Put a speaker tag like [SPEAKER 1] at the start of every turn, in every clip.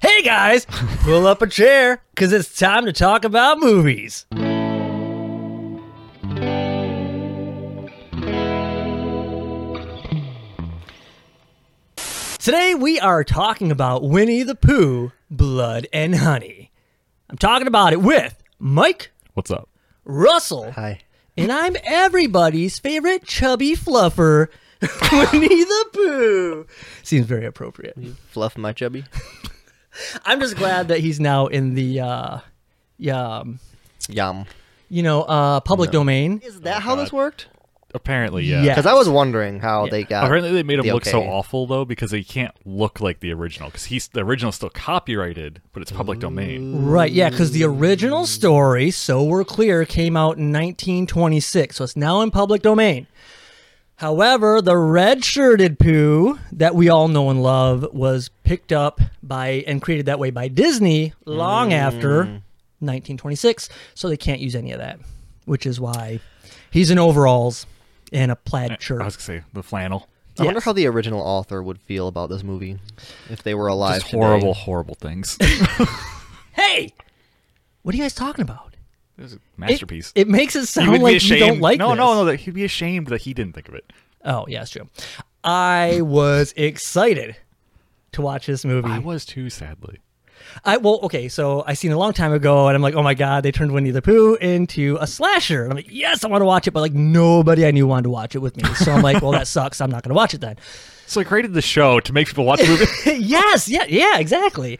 [SPEAKER 1] Hey guys, pull up a chair because it's time to talk about movies. Today we are talking about Winnie the Pooh, Blood and Honey. I'm talking about it with Mike,
[SPEAKER 2] What's up?
[SPEAKER 1] Russell,
[SPEAKER 3] Hi.
[SPEAKER 1] and I'm everybody's favorite chubby fluffer, Winnie the Pooh. Seems very appropriate.
[SPEAKER 3] Fluff my chubby.
[SPEAKER 1] I'm just glad that he's now in the uh yeah, um,
[SPEAKER 3] Yum.
[SPEAKER 1] you know, uh public domain.
[SPEAKER 3] Is that how this worked?
[SPEAKER 2] Apparently, yeah.
[SPEAKER 1] Yeah.
[SPEAKER 3] Because I was wondering how they got.
[SPEAKER 2] Apparently, they made him
[SPEAKER 3] the
[SPEAKER 2] look so
[SPEAKER 3] okay.
[SPEAKER 2] awful though because he can't look like the original because he's the original's still copyrighted, but it's public domain.
[SPEAKER 1] Right, yeah, cuz the original story, so we're clear, came out in 1926, so it's now in public domain. However, the red-shirted poo that we all know and love was picked up by and created that way by Disney long after 1926, so they can't use any of that, which is why he's in overalls and a plaid shirt.
[SPEAKER 2] I was gonna say the flannel.
[SPEAKER 3] I wonder
[SPEAKER 1] Yes.
[SPEAKER 3] how the original author would feel about this movie if they were alive.
[SPEAKER 2] Just
[SPEAKER 3] today.
[SPEAKER 2] horrible, horrible things.
[SPEAKER 1] Hey, what are you guys talking about?
[SPEAKER 2] It was a
[SPEAKER 1] It-
[SPEAKER 2] masterpiece.
[SPEAKER 1] It, makes it
[SPEAKER 2] He
[SPEAKER 1] sound like you don't like
[SPEAKER 2] no,
[SPEAKER 1] this.
[SPEAKER 2] no, no. That he'd be ashamed that he didn't think of it.
[SPEAKER 1] Oh, yeah, it's true. I was excited to watch this movie.
[SPEAKER 2] I
[SPEAKER 1] I,
[SPEAKER 2] was too, sadly.
[SPEAKER 1] well, okay, so I seen it a long time ago, and I'm like, oh my god, they turned Winnie the Pooh into a slasher. And I'm like, yes, I want to watch it, but like nobody I knew wanted to watch it with me. So I'm like, well, that sucks. I'm not gonna watch it then.
[SPEAKER 2] So I created the show to make people watch the movie.
[SPEAKER 1] yes, yeah, yeah, exactly.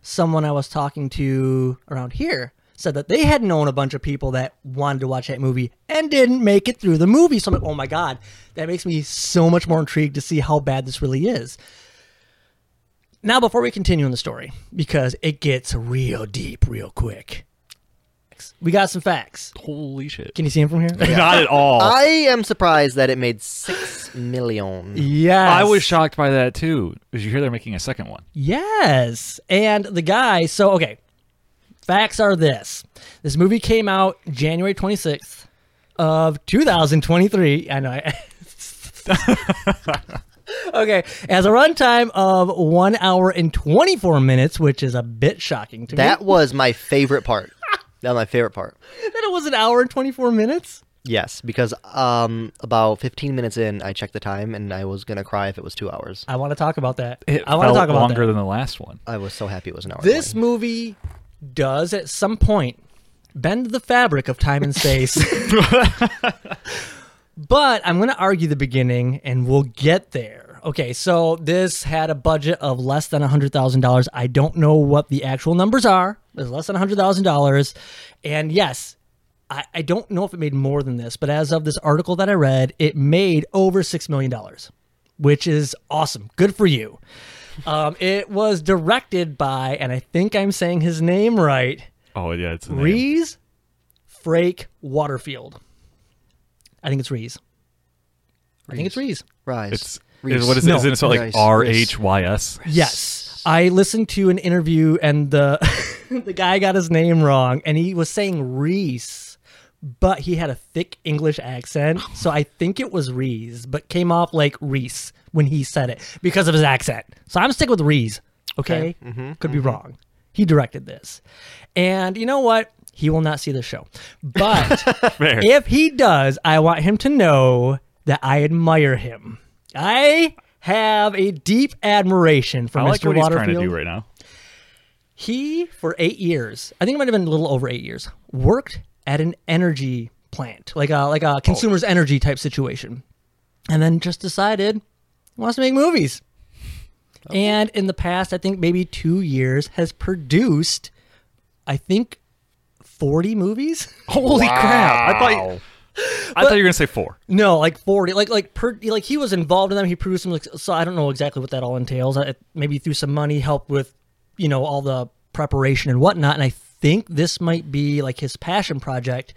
[SPEAKER 1] Someone I was talking to around here said that they had known a bunch of people that wanted to watch that movie and didn't make it through the movie. So I'm like, oh my god, that makes me so much more intrigued to see how bad this really is. Now, before we continue in the story, because it gets real deep real quick, we got some facts.
[SPEAKER 2] Holy shit!
[SPEAKER 1] Can you see them from here?
[SPEAKER 2] Not at all. I,
[SPEAKER 3] I am surprised that it made six million.
[SPEAKER 1] Yes.
[SPEAKER 2] was shocked by that too. Did you hear they're making a second one?
[SPEAKER 1] Yes. And the guy, so okay. Facts are this. This movie came out January 26th of 2023. I know. I, okay, as a runtime of 1 hour and 24 minutes, which is a bit shocking to
[SPEAKER 3] That
[SPEAKER 1] me.
[SPEAKER 3] was my favorite part. that was my favorite part.
[SPEAKER 1] That it was an hour and 24 minutes?
[SPEAKER 3] Yes, because um, about 15 minutes in, I checked the time and I was gonna cry if it was two hours.
[SPEAKER 1] I want to talk about that.
[SPEAKER 2] It
[SPEAKER 1] I want
[SPEAKER 2] felt
[SPEAKER 1] to talk about
[SPEAKER 2] longer
[SPEAKER 1] that.
[SPEAKER 2] than the last one.
[SPEAKER 3] I was so happy it was an hour. and
[SPEAKER 1] This
[SPEAKER 3] twenty.
[SPEAKER 1] movie does at some point bend the fabric of time and space. but I'm going to argue the beginning and we'll get there. Okay, so this had a budget of less than $100,000. I don't know what the actual numbers are. It's less than $100,000. And yes, I, I don't know if it made more than this, but as of this article that I read, it made over $6 million, which is awesome. Good for you. Um, it was directed by, and I think I'm saying his name right,
[SPEAKER 2] Oh yeah, it's a name.
[SPEAKER 1] Reese Frake Waterfield. I think it's Reese. I think it's Reese.
[SPEAKER 3] rise.
[SPEAKER 2] It's
[SPEAKER 3] Reese.
[SPEAKER 2] is, what is
[SPEAKER 1] No.
[SPEAKER 2] it? Isn't it spelled like
[SPEAKER 3] Rice.
[SPEAKER 2] R H Y S?
[SPEAKER 1] Yes. I listened to an interview and the the guy got his name wrong and he was saying Reese, but he had a thick English accent. So I think it was Reese, but came off like Reese when he said it because of his accent. So I'm sticking with Reese. Okay. Could be wrong. He directed this. And you know what? He will not see the show. But
[SPEAKER 2] Fair.
[SPEAKER 1] if he does, I want him to know that I admire him. I have a deep admiration for
[SPEAKER 2] I
[SPEAKER 1] Mr.
[SPEAKER 2] like what he's
[SPEAKER 1] Waterfield.
[SPEAKER 2] trying to do right now.
[SPEAKER 1] He, for eight years, I think it might have been a little over eight years, worked at an energy plant, like a
[SPEAKER 2] Oh.
[SPEAKER 1] like a consumer's energy type situation, and then just decided he wants to make movies.
[SPEAKER 2] Oh.
[SPEAKER 1] And in the past, I think maybe two years, has produced, I think, forty movies.
[SPEAKER 2] Holy crap! I thought I thought you were gonna say four.
[SPEAKER 1] No, like forty, like like per, like he was involved in them. He produced them. Like, so I don't know exactly what that all entails. I, maybe threw some money, helped with, you know, all the preparation and whatnot. And I think this might be like his passion project,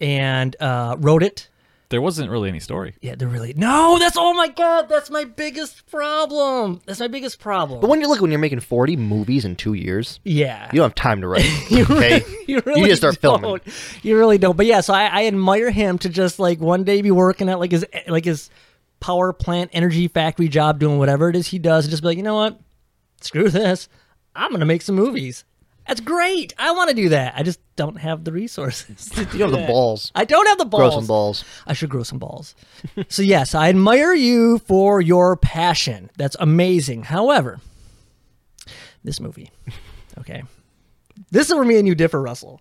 [SPEAKER 1] and uh, wrote it.
[SPEAKER 2] There wasn't really any story.
[SPEAKER 1] Yeah, they're really no. That's oh my god, that's my biggest problem. That's my biggest problem.
[SPEAKER 3] But when you look, when you're making 40 movies in two years,
[SPEAKER 1] yeah,
[SPEAKER 3] you don't have time to write. okay,
[SPEAKER 1] you really
[SPEAKER 3] just start
[SPEAKER 1] don't.
[SPEAKER 3] filming.
[SPEAKER 1] You really don't. But yeah, so I, I admire him to just like one day be working at like his like his power plant energy factory job, doing whatever it is he does, and just be like, you know what, screw this, I'm going to make some movies. That's great. I want to do that. I just don't have the resources. To do
[SPEAKER 3] You have the
[SPEAKER 1] that.
[SPEAKER 3] balls.
[SPEAKER 1] I don't have the balls.
[SPEAKER 3] Grow some balls.
[SPEAKER 1] I should grow some balls. so yes, I admire you for your passion. That's amazing. However, this movie, okay, this is where me and you differ, Russell.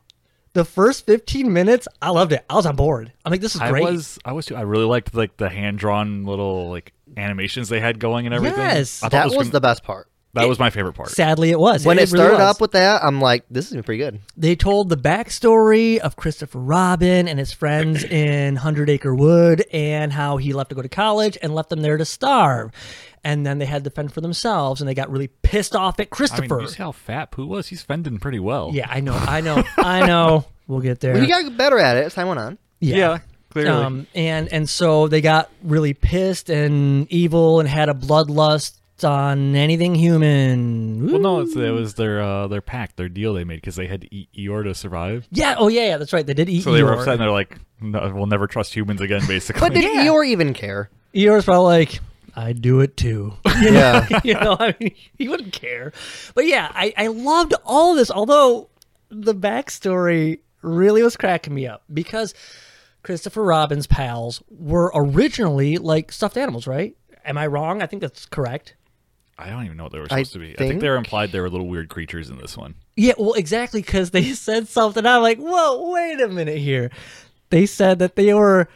[SPEAKER 1] The first 15 minutes, I loved it. I was on board. I'm like, this is
[SPEAKER 2] I
[SPEAKER 1] great.
[SPEAKER 2] was I was too. I really liked like the hand drawn little like animations they had going and everything.
[SPEAKER 1] Yes.
[SPEAKER 2] I thought
[SPEAKER 3] That
[SPEAKER 2] it
[SPEAKER 3] was
[SPEAKER 2] gonna-
[SPEAKER 3] the best part.
[SPEAKER 2] that was my favorite part.
[SPEAKER 1] Sadly, it was.
[SPEAKER 3] When it,
[SPEAKER 1] really
[SPEAKER 3] started
[SPEAKER 1] was.
[SPEAKER 3] up with that, I'm like, this is pretty good.
[SPEAKER 1] they told the backstory of Christopher Robin and his friends in Hundred Acre Wood and how he left to go to college and left them there to starve. And then they had to fend for themselves and they got really pissed off at
[SPEAKER 2] I mean,
[SPEAKER 1] Christopher.
[SPEAKER 2] you see how fat Pooh was? He's fending pretty well.
[SPEAKER 1] Yeah, I know, I know, I know. We'll get there.
[SPEAKER 3] You got better at it as time went on.
[SPEAKER 1] yeah.
[SPEAKER 2] clearly.
[SPEAKER 1] Um, and and so they got really pissed and evil and had a bloodlust on anything human.
[SPEAKER 2] well,
[SPEAKER 1] Woo.
[SPEAKER 2] no, it's, it was their uh, their pact, their deal they made because they had to eat Eeyore to survive.
[SPEAKER 1] Yeah. Oh yeah. Yeah. That's right. They did eat.
[SPEAKER 2] So they were
[SPEAKER 1] Eeyore.
[SPEAKER 2] upset and they're like, no, "We'll never trust humans again." Basically,
[SPEAKER 3] But did Eeyore even care?
[SPEAKER 1] Eeyore's probably like, I do it too.
[SPEAKER 3] Yeah.
[SPEAKER 1] you know, I mean, he wouldn't care. But yeah, I, I loved all of this, although the backstory really was cracking me up because Christopher Robin's pals were originally like stuffed animals, right? Am I wrong? I think that's correct.
[SPEAKER 2] I don't even know what they were
[SPEAKER 3] I
[SPEAKER 2] supposed to be. I think
[SPEAKER 3] think-
[SPEAKER 2] they were implied they were little weird creatures in this one.
[SPEAKER 1] Yeah, well, exactly, because they said something. I'm like, whoa, wait a minute here. They said that they were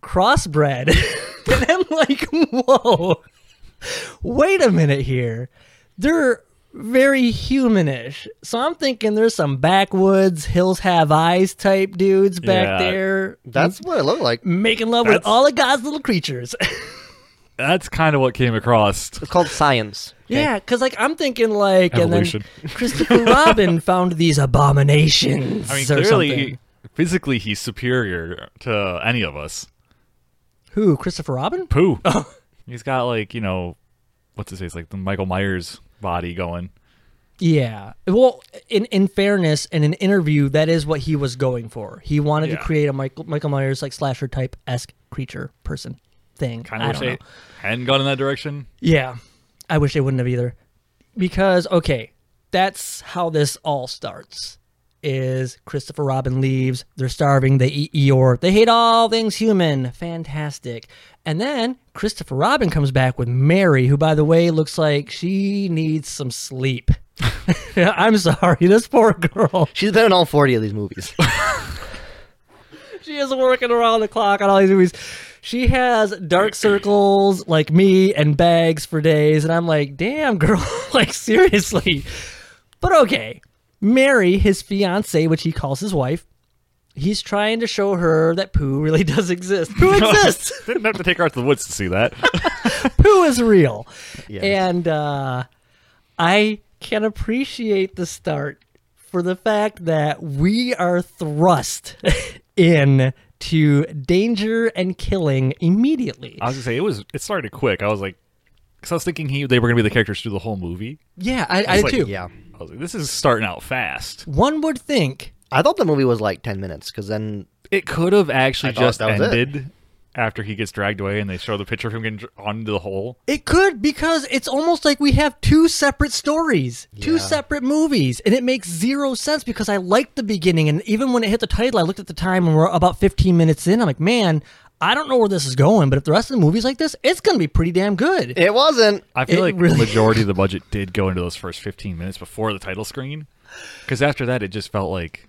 [SPEAKER 1] crossbred. and I'm like, whoa, wait a minute here. They're very humanish. So I'm thinking there's some backwoods, hills have eyes type dudes back
[SPEAKER 2] Yeah.
[SPEAKER 1] there
[SPEAKER 3] That's what it looked like.
[SPEAKER 1] making love with
[SPEAKER 2] That's-
[SPEAKER 1] all of God's little creatures.
[SPEAKER 2] That's kind of what came across.
[SPEAKER 3] It's called science.
[SPEAKER 1] Yeah, because like I'm thinking like
[SPEAKER 2] Evolution.
[SPEAKER 1] and then Christopher Robin found these abominations.
[SPEAKER 2] I mean,
[SPEAKER 1] or
[SPEAKER 2] clearly,
[SPEAKER 1] something.
[SPEAKER 2] physically, he's superior to any of us.
[SPEAKER 1] Who? Christopher Robin?
[SPEAKER 2] Pooh.
[SPEAKER 1] Oh.
[SPEAKER 2] he's got like you know, what's his face? Like the Michael Myers body going.
[SPEAKER 1] Yeah. Well, in in fairness, in an interview, that is what he was going for. He wanted
[SPEAKER 2] Yeah.
[SPEAKER 1] to create a Michael Michael Myers like slasher type esque creature person thing.
[SPEAKER 2] Kind
[SPEAKER 1] I
[SPEAKER 2] of wish
[SPEAKER 1] don't
[SPEAKER 2] they
[SPEAKER 1] know.
[SPEAKER 2] hadn't gone in that direction.
[SPEAKER 1] Yeah. I wish they wouldn't have either. Because okay, that's how this all starts. Is Christopher Robin leaves, they're starving, they eat Eeyore, they hate all things human. Fantastic. And then Christopher Robin comes back with Mary, who by the way looks like she needs some sleep. I'm sorry, this poor girl.
[SPEAKER 3] She's been in all 40 of these movies.
[SPEAKER 1] She is working around the clock on all these movies. She has dark circles like me and bags for days, and I'm like, damn, girl, like seriously. But okay, Mary, his fiance, which he calls his wife, he's trying to show her that Pooh really does exist. Pooh exists.
[SPEAKER 2] Didn't have to take her out to the woods to see that.
[SPEAKER 1] Pooh is real.
[SPEAKER 3] Yes.
[SPEAKER 1] And uh, I can appreciate the start for the fact that we are thrust in to danger and killing immediately.
[SPEAKER 2] I was gonna say it was. It started quick. I was like, because I was thinking he they were gonna be the characters through the whole movie.
[SPEAKER 1] yeah, I, I, did
[SPEAKER 2] was like,
[SPEAKER 1] too.
[SPEAKER 3] yeah.
[SPEAKER 2] I was like, this is starting out fast.
[SPEAKER 1] One would think
[SPEAKER 3] I thought the movie was like 10 minutes because then
[SPEAKER 2] It could have actually
[SPEAKER 3] I thought
[SPEAKER 2] just
[SPEAKER 3] that was it.
[SPEAKER 2] ended after he gets dragged away, and they show the picture of him getting dr- onto the hole.
[SPEAKER 1] It could because it's almost like we have two separate stories, two
[SPEAKER 3] Yeah.
[SPEAKER 1] separate movies, and it makes zero sense because I liked the beginning and even when it hit the title, I looked at the time and we're about 15 minutes in. I'm like, man, I don't know where this is going, but if the rest of the movie's like this, it's gonna be pretty damn good.
[SPEAKER 3] it wasn't.
[SPEAKER 2] I feel
[SPEAKER 1] It
[SPEAKER 2] like
[SPEAKER 1] really-
[SPEAKER 2] the majority of the budget did go into those first 15 minutes before the title screen, because after that it just felt like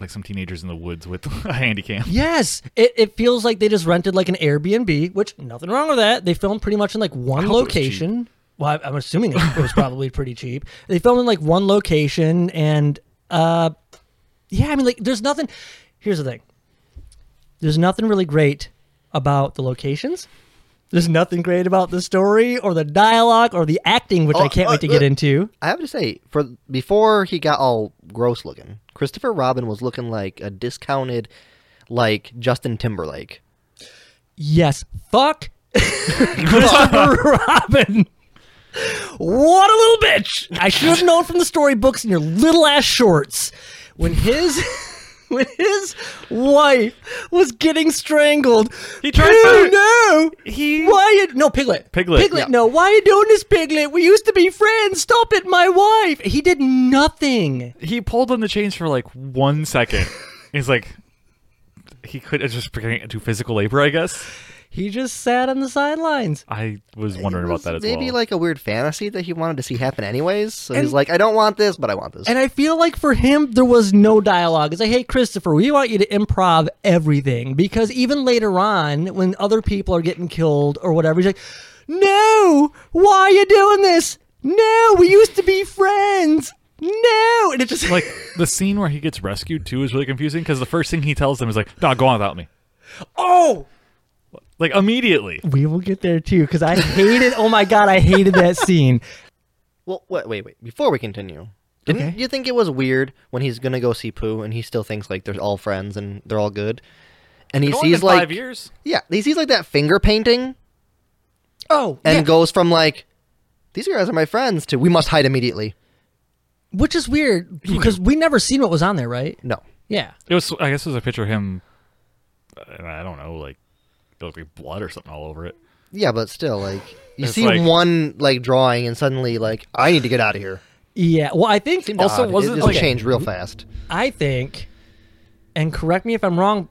[SPEAKER 2] like some teenagers in the woods with a handy cam.
[SPEAKER 1] Yes, it, it feels like they just rented like an Airbnb, which nothing wrong with that. They filmed pretty much in like one
[SPEAKER 2] hope it was cheap.
[SPEAKER 1] location. Well, I, I'm assuming it, it was probably pretty cheap. They filmed in like one location, and uh, yeah, I mean, like, there's nothing. Here's the thing. There's nothing really great about the locations. There's nothing great about the story or the dialogue or the acting, which I
[SPEAKER 3] Oh,
[SPEAKER 1] can't wait to
[SPEAKER 3] uh,
[SPEAKER 1] get
[SPEAKER 3] uh.
[SPEAKER 1] into.
[SPEAKER 3] I have to say, for before he got all gross looking, Christopher Robin was looking like a discounted, like Justin Timberlake.
[SPEAKER 1] Yes. Fuck Christopher Robin. What a little bitch! I should have known from the storybooks and your little ass shorts. When his when his wife was getting strangled.
[SPEAKER 2] He tried
[SPEAKER 1] "Pooh,
[SPEAKER 2] to-
[SPEAKER 1] No,
[SPEAKER 2] He-
[SPEAKER 1] Why? You, no, Piglet.
[SPEAKER 2] Piglet,
[SPEAKER 1] Piglet.
[SPEAKER 2] yeah.
[SPEAKER 1] No, why you doing this, Piglet? We used to be friends. Stop it, my wife. He did nothing.
[SPEAKER 2] He pulled on the chains for like one second. He's like, he could it's just getting do physical labor, I guess.
[SPEAKER 1] He just sat on the sidelines.
[SPEAKER 2] I was wondering about that as
[SPEAKER 3] maybe
[SPEAKER 2] well.
[SPEAKER 3] like a weird fantasy that he wanted to see happen anyways. So
[SPEAKER 1] And-
[SPEAKER 3] he's like, I don't want this, but I want this.
[SPEAKER 1] And I feel like for him, there was no dialogue. It's like, hey, Christopher, we want you to improv everything because even later on, when other people are getting killed or whatever, he's like, no, why are you doing this? No, we used to be friends. No, and it just
[SPEAKER 2] like the scene where he gets rescued too is really confusing because the first thing he tells them is like, "No, go on without me."
[SPEAKER 1] oh,
[SPEAKER 2] Like immediately.
[SPEAKER 1] we will get there too because I hated. oh my god, I hated that scene.
[SPEAKER 3] well, wait, wait, wait. Before we continue, didn't
[SPEAKER 1] Okay.
[SPEAKER 3] you think it was weird when he's gonna go see Pooh and he still thinks like they're all friends and they're all good, and he
[SPEAKER 2] Going
[SPEAKER 3] sees
[SPEAKER 2] in
[SPEAKER 3] like
[SPEAKER 2] five years.
[SPEAKER 3] yeah, he sees like that finger painting
[SPEAKER 1] Oh,
[SPEAKER 3] and
[SPEAKER 1] yeah.
[SPEAKER 3] goes from like these guys are my friends to we must hide immediately.
[SPEAKER 1] which is weird because we never seen what was on there, right?
[SPEAKER 3] No,
[SPEAKER 1] Yeah.
[SPEAKER 2] It was. I guess it was a picture of him. uh, I don't know, like it looked like blood or something all over it.
[SPEAKER 3] yeah, but still like you
[SPEAKER 2] It's
[SPEAKER 3] see
[SPEAKER 2] like-
[SPEAKER 3] one like drawing and suddenly like I need to get out of here.
[SPEAKER 1] Yeah. Well, I think
[SPEAKER 3] Seemed
[SPEAKER 2] Also,
[SPEAKER 3] odd.
[SPEAKER 2] wasn't,
[SPEAKER 3] it just
[SPEAKER 2] like-
[SPEAKER 3] changed real fast?
[SPEAKER 1] I think, and correct me if I'm wrong.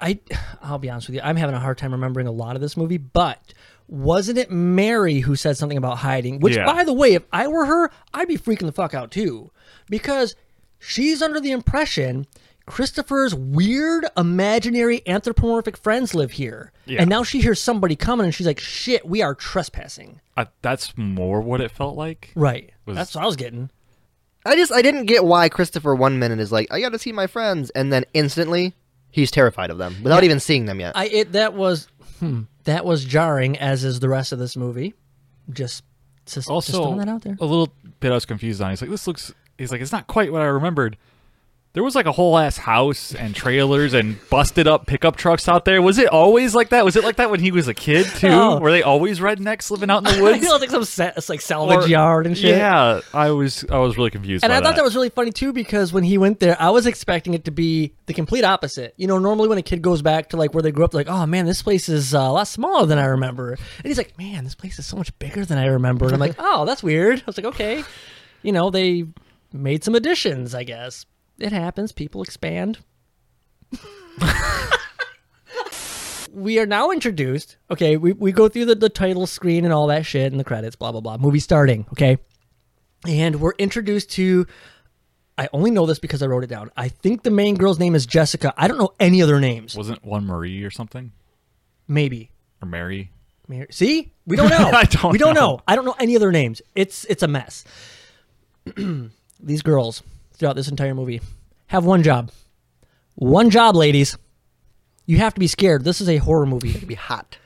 [SPEAKER 1] I, I'll be honest with you. I'm having a hard time remembering a lot of this movie, but wasn't it Mary who said something about hiding? Which,
[SPEAKER 2] Yeah.
[SPEAKER 1] by the way, if I were her, I'd be freaking the fuck out too, because she's under the impression Christopher's weird, imaginary, anthropomorphic friends live here,
[SPEAKER 2] Yeah.
[SPEAKER 1] and now she hears somebody coming, and she's like, "Shit, we are trespassing."
[SPEAKER 2] I, that's more what it felt like.
[SPEAKER 1] Right.
[SPEAKER 2] Was-
[SPEAKER 1] That's what I was getting.
[SPEAKER 3] I just I didn't get why Christopher one minute is like I got to see my friends and then instantly he's terrified of them without even seeing them yet.
[SPEAKER 1] I it that was hmm, that was jarring, as is the rest of this movie. Just just,
[SPEAKER 2] Also,
[SPEAKER 1] just throwing that out there.
[SPEAKER 2] a little bit I was confused on. He's like, "This looks." He's like, "It's not quite what I remembered." There was like a whole ass house and trailers and busted up pickup trucks out there. Was it always like that? Was it like that when he was a kid too?
[SPEAKER 1] Oh.
[SPEAKER 2] Were they always rednecks living out in the
[SPEAKER 1] I
[SPEAKER 2] woods?
[SPEAKER 1] feel like some sa- it's like salvage
[SPEAKER 2] Or-
[SPEAKER 1] yard and shit.
[SPEAKER 2] Yeah, I was I was really confused.
[SPEAKER 1] And
[SPEAKER 2] by
[SPEAKER 1] I thought that was really funny too because when he went there, I was expecting it to be the complete opposite. You know, normally when a kid goes back to like where they grew up, like, oh man, this place is uh, a lot smaller than I remember. And he's like, man, this place is so much bigger than I remember. And I'm like, oh, that's weird. I was like, okay, you know, they made some additions, I guess. It happens. People expand. we are now introduced. Okay, we, we go through the, the title screen and all that shit and the credits, blah, blah, blah. Movie starting, okay? And we're introduced to. I only know this because I wrote it down. I think the main girl's name is Jessica. I don't know any other names.
[SPEAKER 2] wasn't one Marie or something
[SPEAKER 1] Maybe.
[SPEAKER 2] or Mary.
[SPEAKER 1] Mary- See, we don't know.
[SPEAKER 2] I don't
[SPEAKER 1] We don't know.
[SPEAKER 2] know.
[SPEAKER 1] I don't know any other names. It's it's a mess. These girls throughout this entire movie have one job. One job, ladies. You have to be scared. This is a horror movie.
[SPEAKER 3] It'd be hot.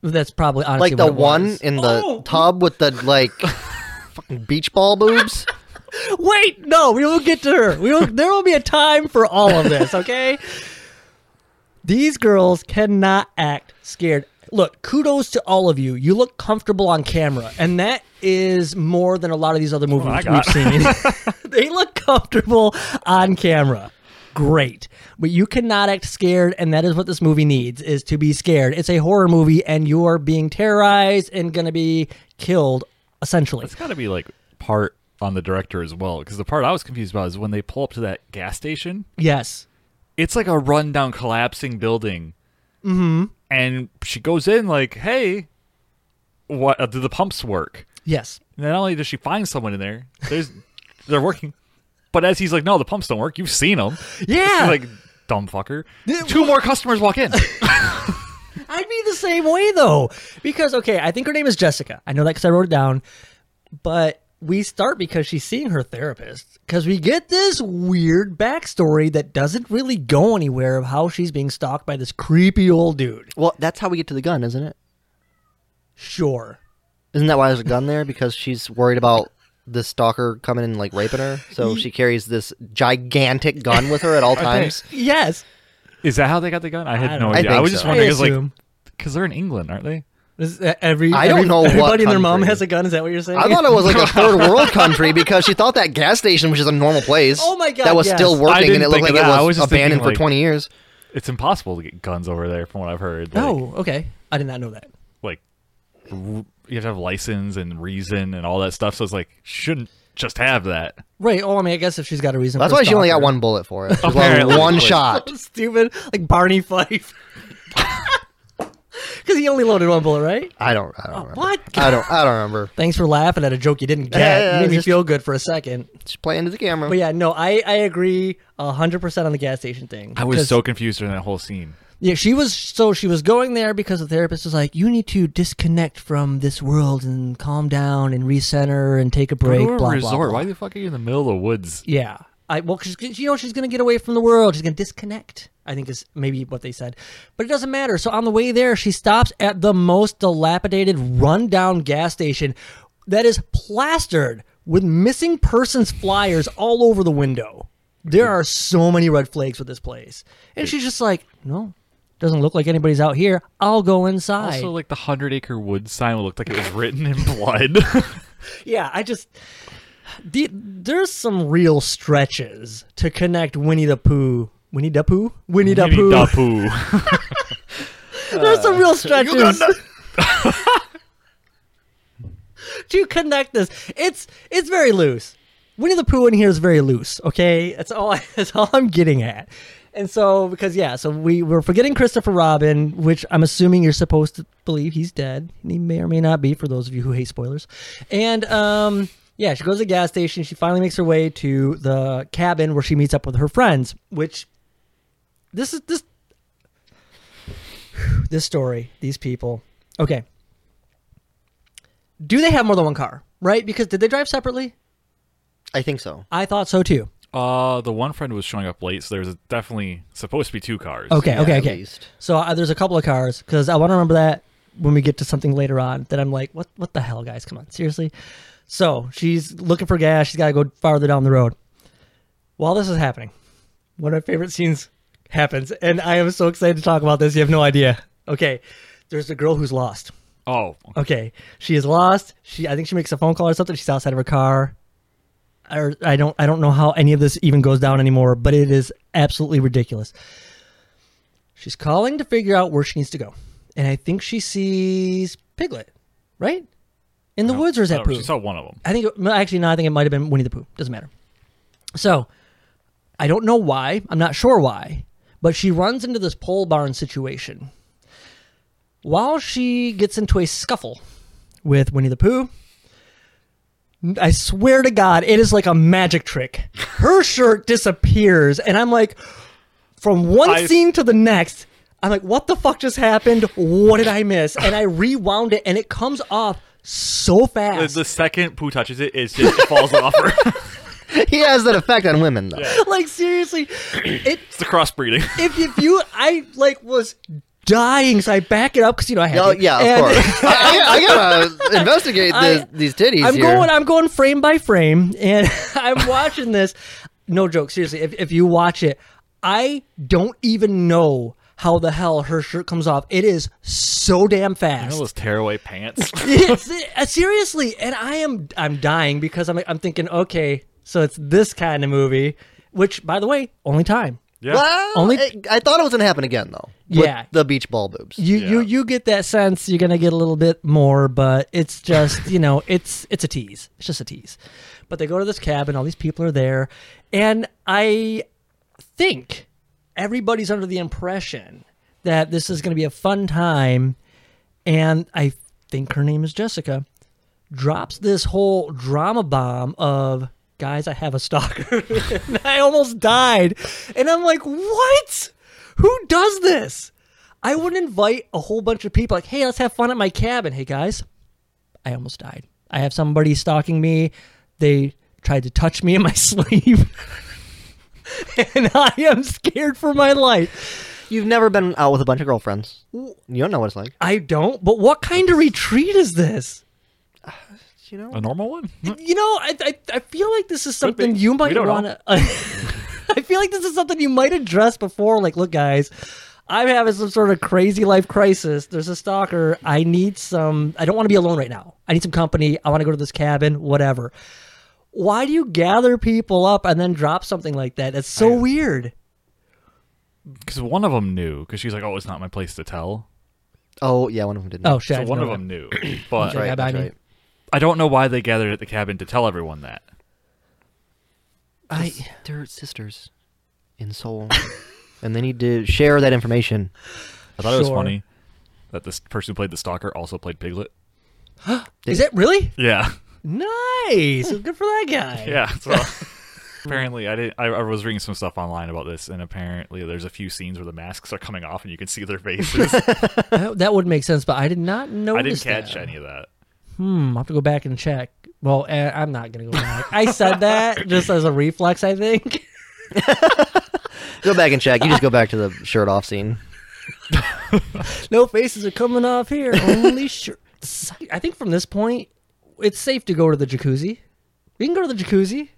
[SPEAKER 1] That's probably honestly
[SPEAKER 3] Like the
[SPEAKER 1] what it
[SPEAKER 3] one
[SPEAKER 1] was.
[SPEAKER 3] in the
[SPEAKER 1] Oh!
[SPEAKER 3] tub with the like fucking beach ball boobs.
[SPEAKER 1] Wait, no, we will get to her. We will, there will be a time for all of this, okay? These girls cannot act scared. Look, kudos to all of you. You look comfortable on camera, and that is more than a lot of these other movies
[SPEAKER 2] I
[SPEAKER 1] we've seen. they look comfortable on camera. Great. But you cannot act scared, and that is what this movie needs is to be scared. It's a horror movie and you're being terrorized and gonna be killed, essentially.
[SPEAKER 2] It's got to be like part on the director as well because the part I was confused about is when they pull up to that gas station.
[SPEAKER 1] Yes.
[SPEAKER 2] It's like a rundown, collapsing building. Mm-hmm. And she goes in like, "Hey, what uh, do the pumps work?"
[SPEAKER 1] Yes.
[SPEAKER 2] And not only does she find someone in there, there's they're working, but as he's like, "No, the pumps don't work. You've seen them."
[SPEAKER 1] Yeah.
[SPEAKER 2] like dumb fucker.
[SPEAKER 1] Yeah,
[SPEAKER 2] Two more customers walk in.
[SPEAKER 1] I'd be the same way though, because okay, I think her name is Jessica. I know that because I wrote it down. But we start because she's seeing her therapist because we get this weird backstory that doesn't really go anywhere of how she's being stalked by this creepy old dude.
[SPEAKER 3] Well, that's how we get to the gun, isn't it?
[SPEAKER 1] Sure.
[SPEAKER 3] Isn't that why there's a gun there? Because she's worried about the stalker coming and like raping her, so she carries this gigantic gun with her at all times.
[SPEAKER 1] Yes.
[SPEAKER 2] Is that how they got the gun? I had
[SPEAKER 1] I
[SPEAKER 2] no
[SPEAKER 1] don't-
[SPEAKER 3] I
[SPEAKER 2] idea. I,
[SPEAKER 3] think
[SPEAKER 2] was just
[SPEAKER 3] so.
[SPEAKER 2] wondering,
[SPEAKER 1] I
[SPEAKER 2] because like,
[SPEAKER 1] assume.
[SPEAKER 2] because they're in England, aren't they?
[SPEAKER 1] Is that every
[SPEAKER 3] I don't
[SPEAKER 1] every-
[SPEAKER 3] know what
[SPEAKER 1] everybody and their mom
[SPEAKER 3] country.
[SPEAKER 1] has a gun. Is that what you're saying?
[SPEAKER 3] I thought it was like a third world country because she thought that gas station, which is a normal place,
[SPEAKER 1] Oh my God,
[SPEAKER 3] that was
[SPEAKER 1] yes.
[SPEAKER 3] still
[SPEAKER 2] I
[SPEAKER 3] working
[SPEAKER 2] didn't
[SPEAKER 3] and it looked
[SPEAKER 2] think
[SPEAKER 3] like
[SPEAKER 2] of
[SPEAKER 3] it
[SPEAKER 2] that. I
[SPEAKER 3] was,
[SPEAKER 2] was just
[SPEAKER 3] abandoned
[SPEAKER 2] thinking,
[SPEAKER 3] for
[SPEAKER 2] like-
[SPEAKER 3] 20 years.
[SPEAKER 2] It's impossible to get guns over there, from what I've heard. Like,
[SPEAKER 1] Oh, okay. I did not know that.
[SPEAKER 2] like r- you have to have license and reason and all that stuff. So it's like shouldn't just have that.
[SPEAKER 1] Right. Oh, I mean, I guess if she's got a reason.
[SPEAKER 3] That's
[SPEAKER 1] for
[SPEAKER 3] why she only got
[SPEAKER 1] stalker.
[SPEAKER 3] one bullet for it. She was
[SPEAKER 2] Apparently.
[SPEAKER 3] allowed one shot.
[SPEAKER 1] Stupid, like Barney Fife. Because he only loaded one bullet, right?
[SPEAKER 3] I don't. I don't. remember.
[SPEAKER 1] what?
[SPEAKER 3] I don't. I don't remember.
[SPEAKER 1] Thanks for laughing at a joke you didn't get.
[SPEAKER 3] Yeah, yeah,
[SPEAKER 1] you made me
[SPEAKER 3] just-
[SPEAKER 1] feel good for a second.
[SPEAKER 3] Just play into the camera.
[SPEAKER 1] But yeah, no, I, I agree hundred percent on the gas station thing.
[SPEAKER 2] I was
[SPEAKER 1] 'Cause-
[SPEAKER 2] so confused during that whole scene.
[SPEAKER 1] yeah. She was so she was going there because the therapist was like, you need to disconnect from this world and calm down and recenter and take a break.
[SPEAKER 2] Go to a
[SPEAKER 1] blah, blah,
[SPEAKER 2] resort.
[SPEAKER 1] blah.
[SPEAKER 2] Why the fuck are you in the middle of the woods?
[SPEAKER 1] Yeah. I well, cause, 'cause, you know she's gonna get away from the world. She's gonna disconnect. I think is maybe what they said, but it doesn't matter. So on the way there, she stops at the most dilapidated, rundown gas station that is plastered with missing persons flyers all over the window. There are so many red flags with this place, and she's just like, "No, doesn't look like anybody's out here. I'll go inside."
[SPEAKER 2] Also, like the hundred acre woods sign looked like it was written in blood.
[SPEAKER 1] yeah, I just the, there's some real stretches to connect Winnie the Pooh, Winnie the Pooh, Winnie the
[SPEAKER 2] Winnie
[SPEAKER 1] Pooh.
[SPEAKER 2] the Pooh.
[SPEAKER 1] There's some real stretches to connect this. It's it's very loose. Winnie the Pooh in here is very loose. Okay, that's all. I, that's all I'm getting at. And so because yeah, so we we're forgetting Christopher Robin, which I'm assuming you're supposed to believe he's dead. And He may or may not be for those of you who hate spoilers. And um. Yeah, she goes to the gas station. She finally makes her way to the cabin where she meets up with her friends, which this is this this story, these people. Okay. Do they have more than one car? Right? Because did they drive separately?
[SPEAKER 3] I think so.
[SPEAKER 1] I thought so too.
[SPEAKER 2] Uh, the one friend was showing up late, so there was definitely supposed to be two cars.
[SPEAKER 1] Okay,
[SPEAKER 3] Yeah,
[SPEAKER 1] okay,
[SPEAKER 3] at
[SPEAKER 1] okay.
[SPEAKER 3] least.
[SPEAKER 1] So uh, there's a couple of cars because I want to remember that when we get to something later on. That I'm like, what, what the hell, guys? Come on, seriously. So she's looking for gas. She's got to go farther down the road. While this is happening, one of my favorite scenes happens, and I am so excited to talk about this. You have no idea. Okay, there's a girl who's lost.
[SPEAKER 2] Oh,
[SPEAKER 1] Okay, she is lost. She, I think she makes a phone call or something. She's outside of her car. Or I don't, I don't know how any of this even goes down anymore. But it is absolutely ridiculous. She's calling to figure out where she needs to go, and I think she sees Piglet, right, in the woods, or is
[SPEAKER 2] I
[SPEAKER 1] that
[SPEAKER 2] don't know,
[SPEAKER 1] Pooh?
[SPEAKER 2] Oh, she saw one of them.
[SPEAKER 1] I think it- actually no, I think it might have been Winnie the Pooh. Doesn't matter. So I don't know why. I'm not sure why, but she runs into this pole barn situation. While she gets into a scuffle with Winnie the Pooh, I swear to God, it is like a magic trick. Her shirt disappears, and I'm like, from one
[SPEAKER 2] I-
[SPEAKER 1] scene to the next, I'm like, what the fuck just happened? What did I miss? And I rewound it, and it comes off so
[SPEAKER 2] The,
[SPEAKER 1] fast.
[SPEAKER 2] the second Pooh touches it, it just falls off her.
[SPEAKER 3] He has that effect on women, though.
[SPEAKER 1] like seriously, it
[SPEAKER 2] It's the crossbreeding.
[SPEAKER 1] if if you I like was dying, so I back it up because you know I had
[SPEAKER 3] Oh
[SPEAKER 1] to.
[SPEAKER 3] yeah, of
[SPEAKER 1] And
[SPEAKER 3] course. I, I- I gotta investigate this,
[SPEAKER 1] I-
[SPEAKER 3] these titties
[SPEAKER 1] I'm
[SPEAKER 3] here.
[SPEAKER 1] going I'm going frame by frame, and I'm watching this. No joke, seriously. If if you watch it, I don't even know how the hell her shirt comes off. It is so damn fast.
[SPEAKER 2] those tearaway pants.
[SPEAKER 1] Yes, uh, seriously, and I am I'm dying because I'm I'm thinking okay, so it's this kind of movie, which by the way, only time.
[SPEAKER 2] Yeah.
[SPEAKER 3] Well,
[SPEAKER 1] Only-
[SPEAKER 3] it- I thought it was gonna happen again, though. with
[SPEAKER 1] Yeah.
[SPEAKER 3] the beach ball boobs.
[SPEAKER 1] you you
[SPEAKER 2] Yeah.
[SPEAKER 1] you get that sense you're gonna get a little bit more but it's just you know it's it's a tease it's just a tease but they go to this cabin all these people are there and i think everybody's under the impression that this is gonna be a fun time and i think her name is jessica drops this whole drama bomb of guys i have a stalker and i almost died and i'm like what who does this i would invite a whole bunch of people like hey let's have fun at my cabin hey guys i almost died i have somebody stalking me they tried to touch me in my sleep and i am scared for my life
[SPEAKER 3] You've never been out with a bunch of girlfriends. You don't know what it's like.
[SPEAKER 1] i don't but what kind of retreat is this
[SPEAKER 3] You know,
[SPEAKER 2] a normal one?
[SPEAKER 1] you know, I, I, I feel like this is something
[SPEAKER 2] be.
[SPEAKER 1] you
[SPEAKER 2] We
[SPEAKER 1] might
[SPEAKER 2] don't know.
[SPEAKER 1] want to. I feel like this is something you might address before. Like, look, guys, I'm having some sort of crazy life crisis. There's a stalker. I need some. I don't want to be alone right now. I need some company. I want to go to this cabin. Whatever. Why do you gather people up and then drop something like that? That's so weird.
[SPEAKER 2] Because one of them knew. Because she's like, "Oh, it's not my place to tell."
[SPEAKER 3] Oh yeah, one of them didn't.
[SPEAKER 1] Oh shit! I
[SPEAKER 2] So
[SPEAKER 1] didn't
[SPEAKER 2] one
[SPEAKER 1] know
[SPEAKER 2] of
[SPEAKER 1] that.
[SPEAKER 2] them knew. But
[SPEAKER 1] Right.
[SPEAKER 3] right,
[SPEAKER 1] Yeah, but I
[SPEAKER 3] that's
[SPEAKER 1] mean-
[SPEAKER 3] right.
[SPEAKER 2] I don't know why they gathered at the cabin to tell everyone that.
[SPEAKER 3] I, they're sisters in soul, and they need to share that information.
[SPEAKER 2] I thought it was
[SPEAKER 1] Sure.
[SPEAKER 2] funny that this person who played the stalker also played Piglet.
[SPEAKER 1] Is it really
[SPEAKER 2] Yeah,
[SPEAKER 1] nice? Good for that guy.
[SPEAKER 2] yeah. So apparently, I didn't. I, I was reading some stuff online about this, and apparently, there's a few scenes where the masks are coming off and you can see their faces.
[SPEAKER 1] That, that would make sense, but I did not notice.
[SPEAKER 2] I didn't catch
[SPEAKER 1] that.
[SPEAKER 2] any of that.
[SPEAKER 1] Hmm, I'll have to go back and check. Well, eh, I'm not gonna go back. I said that just as a reflex, I think.
[SPEAKER 3] Go back and check. You just go back to the shirt off scene.
[SPEAKER 1] no faces are coming off here. Only shirts. I think from this point, it's safe to go to the jacuzzi. We can go to the jacuzzi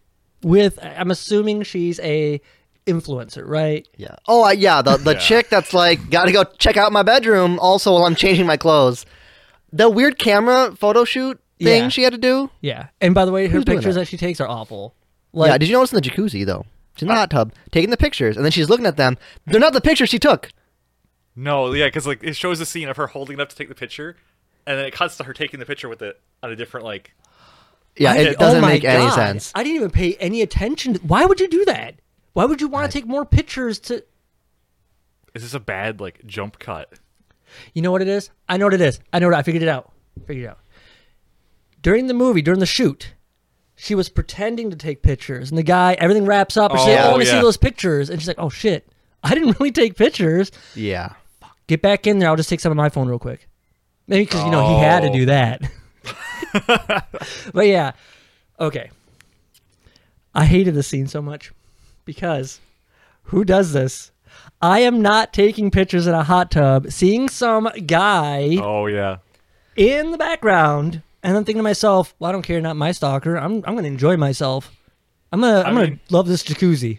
[SPEAKER 1] with. I'm assuming she's a influencer, right?
[SPEAKER 3] Yeah. Oh I, yeah, the the
[SPEAKER 2] Yeah.
[SPEAKER 3] chick that's like gotta go check out my bedroom. Also, while I'm changing my clothes, the weird camera photo shoot thing
[SPEAKER 1] Yeah.
[SPEAKER 3] she had to do.
[SPEAKER 1] Yeah. And by the way, her
[SPEAKER 3] Who's doing
[SPEAKER 1] pictures
[SPEAKER 3] that?
[SPEAKER 1] that? she takes are awful.
[SPEAKER 3] yeah.
[SPEAKER 1] Like,
[SPEAKER 3] Did you notice in the jacuzzi though? She's in the hot tub taking the pictures, and then she's looking at them. They're not the pictures she took.
[SPEAKER 2] No, yeah, because like it shows a scene of her holding it up to take the picture, and then it cuts to her taking the picture with it on a different like.
[SPEAKER 3] Yeah,
[SPEAKER 1] I-
[SPEAKER 3] it doesn't
[SPEAKER 1] oh my
[SPEAKER 3] make any
[SPEAKER 1] God.
[SPEAKER 3] sense.
[SPEAKER 1] I didn't even pay any attention. to- Why would you do that? Why would you want to take more pictures to?
[SPEAKER 2] Is this a bad like jump cut?
[SPEAKER 1] You know what it is? I know what it is. I know what I figured it out. Figured it out. During the movie, during the shoot, she was pretending to take pictures, and the guy, everything wraps up, and she's like,
[SPEAKER 2] Oh,
[SPEAKER 1] "I want to
[SPEAKER 2] yeah.
[SPEAKER 1] see those pictures," and she's like, "Oh shit, I didn't really take pictures.
[SPEAKER 3] Yeah.
[SPEAKER 1] Get back in there. I'll just take some of my phone real quick." Maybe because you know he had to
[SPEAKER 2] Oh.
[SPEAKER 1] do that. but yeah, okay. I hated this scene so much because who does this? I am not taking pictures in a hot tub. Seeing some guy
[SPEAKER 2] Oh yeah,
[SPEAKER 1] in the background and I'm thinking to myself, well, I don't care, not my stalker. I'm I'm gonna enjoy myself. I'm gonna I'm gonna
[SPEAKER 2] mean-
[SPEAKER 1] love this jacuzzi.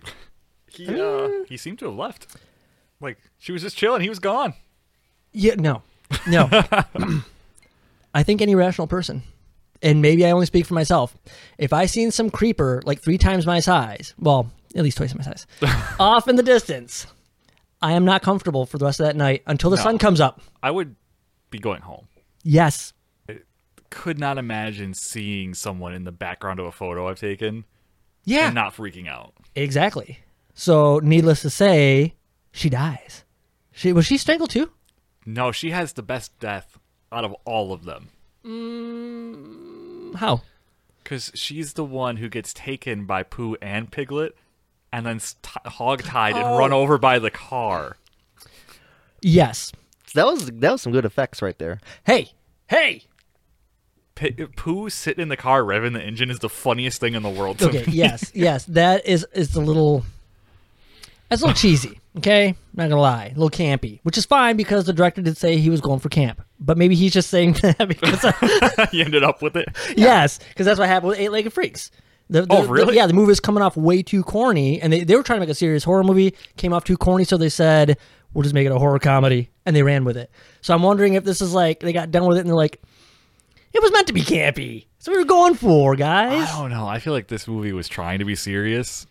[SPEAKER 2] he uh, he seemed to have left. Like she was just chilling. He was gone.
[SPEAKER 1] Yeah, no. No. I think any rational person, and maybe I only speak for myself, if I seen some creeper like three times my size, well, at least twice my size, off in the distance, I am not comfortable for the rest of that night until the
[SPEAKER 2] No.
[SPEAKER 1] sun comes up.
[SPEAKER 2] I would be going home.
[SPEAKER 1] Yes.
[SPEAKER 2] Could not imagine seeing someone in the background of a photo I've taken
[SPEAKER 1] Yeah.
[SPEAKER 2] and not freaking out.
[SPEAKER 1] Exactly. So, needless to say, she dies. She was she strangled too?
[SPEAKER 2] No, she has the best death out of all of them
[SPEAKER 1] How?
[SPEAKER 2] because she's the one who gets taken by Pooh and Piglet, and then st- hogtied and run over by the car.
[SPEAKER 1] Yes.
[SPEAKER 3] That was that was some good effects right there.
[SPEAKER 1] Hey, hey.
[SPEAKER 2] P- Pooh sitting in the car revving the engine is the funniest thing in the world. To
[SPEAKER 1] Okay.
[SPEAKER 2] me.
[SPEAKER 1] yes. Yes. That is is a little. That's a little cheesy. Okay, not gonna lie, a little campy, which is fine because the director did say he was going for camp, but maybe he's just saying that because
[SPEAKER 2] he ended up with it.
[SPEAKER 1] yes, because that's what happened with Eight Legged Freaks. The, the-
[SPEAKER 2] Oh,
[SPEAKER 1] the-
[SPEAKER 2] really?
[SPEAKER 1] yeah, the movie was coming off way too corny, and they, they were trying to make a serious horror movie. Came off too corny, so they said we'll just make it a horror comedy, and they ran with it. So I'm wondering if this is like they got done with it and they're like, it was meant to be campy. So we were going for guys.
[SPEAKER 2] I don't know. I feel like this movie was trying to be serious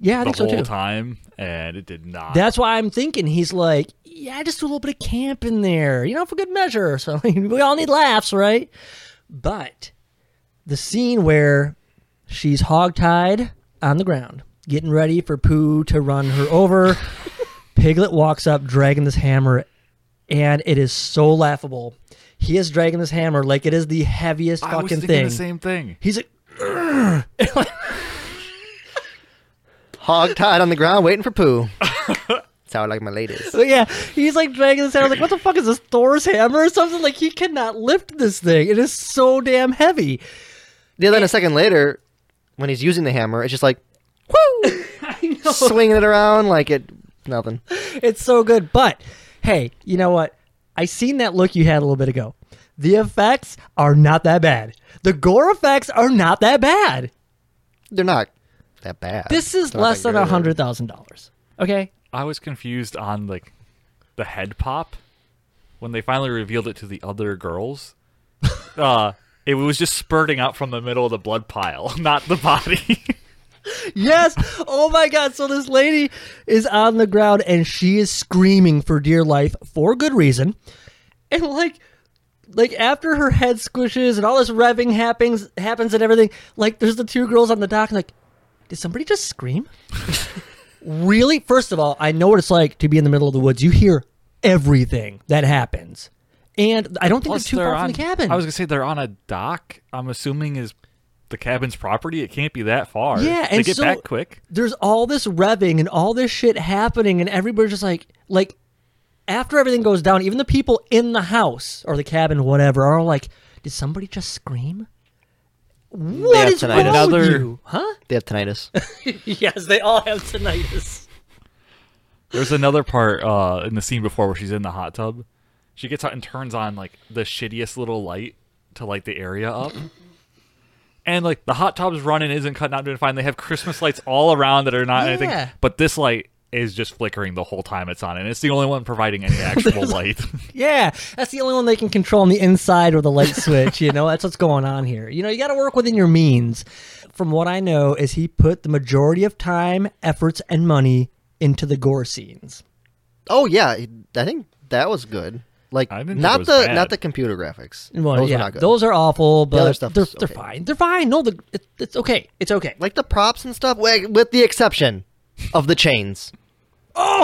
[SPEAKER 1] yeah, I
[SPEAKER 2] the
[SPEAKER 1] think so
[SPEAKER 2] whole
[SPEAKER 1] too.
[SPEAKER 2] time, and it did not.
[SPEAKER 1] That's why I'm thinking he's like, yeah, just do a little bit of camp in there, you know, for good measure. So we all need laughs, right? But the scene where she's hogtied on the ground, getting ready for Pooh to run her over, Piglet walks up dragging this hammer, and it is so laughable. He is dragging this hammer like it is the heaviest
[SPEAKER 2] I was
[SPEAKER 1] fucking
[SPEAKER 2] thinking
[SPEAKER 1] thing.
[SPEAKER 2] the same thing.
[SPEAKER 1] He's like,
[SPEAKER 3] Hog tied on the ground waiting for poo. That's how I like my ladies.
[SPEAKER 1] But yeah, he's like dragging this out. I was like, what the fuck is this Thor's hammer or something? Like he cannot lift this thing. It is so damn heavy.
[SPEAKER 3] Yeah, then a second later, when he's using the hammer, it's just like
[SPEAKER 1] Woo! I know.
[SPEAKER 3] swinging it around like it nothing.
[SPEAKER 1] It's so good. But hey, you know what? I seen that look you had a little bit ago. The effects are not that bad. The gore effects are not that bad.
[SPEAKER 3] They're not that bad.
[SPEAKER 1] This is
[SPEAKER 3] They're not
[SPEAKER 1] less
[SPEAKER 3] that
[SPEAKER 1] than a
[SPEAKER 3] good.
[SPEAKER 1] hundred thousand dollars. Okay.
[SPEAKER 2] I was confused on like the head pop when they finally revealed it to the other girls. uh, it was just spurting out from the middle of the blood pile, not the body.
[SPEAKER 1] Yes. Oh my God. So this lady is on the ground and she is screaming for dear life for good reason. And like, like after her head squishes and all this revving happens, happens and everything, like there's the two girls on the dock and like, did somebody just scream? really? First of all, I know what it's like to be in the middle of the woods. You hear everything that happens. And I don't think
[SPEAKER 2] Plus,
[SPEAKER 1] they're too far
[SPEAKER 2] on,
[SPEAKER 1] from the cabin.
[SPEAKER 2] I was gonna say they're on a dock. I'm assuming is the cabin's property. It can't be that far.
[SPEAKER 1] Yeah,
[SPEAKER 2] they
[SPEAKER 1] and
[SPEAKER 2] get
[SPEAKER 1] so-
[SPEAKER 2] back quick.
[SPEAKER 1] there's all this revving and all this shit happening and everybody's just like like after everything goes down even the people in the house or the cabin whatever are all like did somebody just scream
[SPEAKER 3] have
[SPEAKER 1] what is wrong
[SPEAKER 3] tinnitus.
[SPEAKER 1] with
[SPEAKER 2] Another-
[SPEAKER 1] you huh
[SPEAKER 3] They have tinnitus.
[SPEAKER 1] yes they all have tinnitus
[SPEAKER 2] There's another part uh, in the scene before where she's in the hot tub. She gets out and turns on like the shittiest little light to light the area up. And like the hot tub's running isn't cutting out doing fine. They have Christmas lights all around that are not
[SPEAKER 1] Yeah.
[SPEAKER 2] anything, but this light is just flickering the whole time it's on, and it's the only one providing any actual light.
[SPEAKER 1] yeah that's the only one they can control on the inside with a light switch you know that's what's going on here you know you got to work within your means from what i know is he put the majority of time efforts and money into the gore scenes
[SPEAKER 3] oh yeah, I think that was good. Like
[SPEAKER 2] I didn't think it
[SPEAKER 3] not
[SPEAKER 2] was
[SPEAKER 3] the
[SPEAKER 2] bad.
[SPEAKER 3] not the computer graphics.
[SPEAKER 1] Well,
[SPEAKER 3] those
[SPEAKER 1] yeah,
[SPEAKER 3] were not good.
[SPEAKER 1] those are awful, but
[SPEAKER 3] other stuff
[SPEAKER 1] they're,
[SPEAKER 3] is
[SPEAKER 1] they're
[SPEAKER 3] okay.
[SPEAKER 1] fine. They're fine. No, the it, it's okay. It's okay.
[SPEAKER 3] like the props and stuff, wa- with the exception of the chains.
[SPEAKER 1] Oh,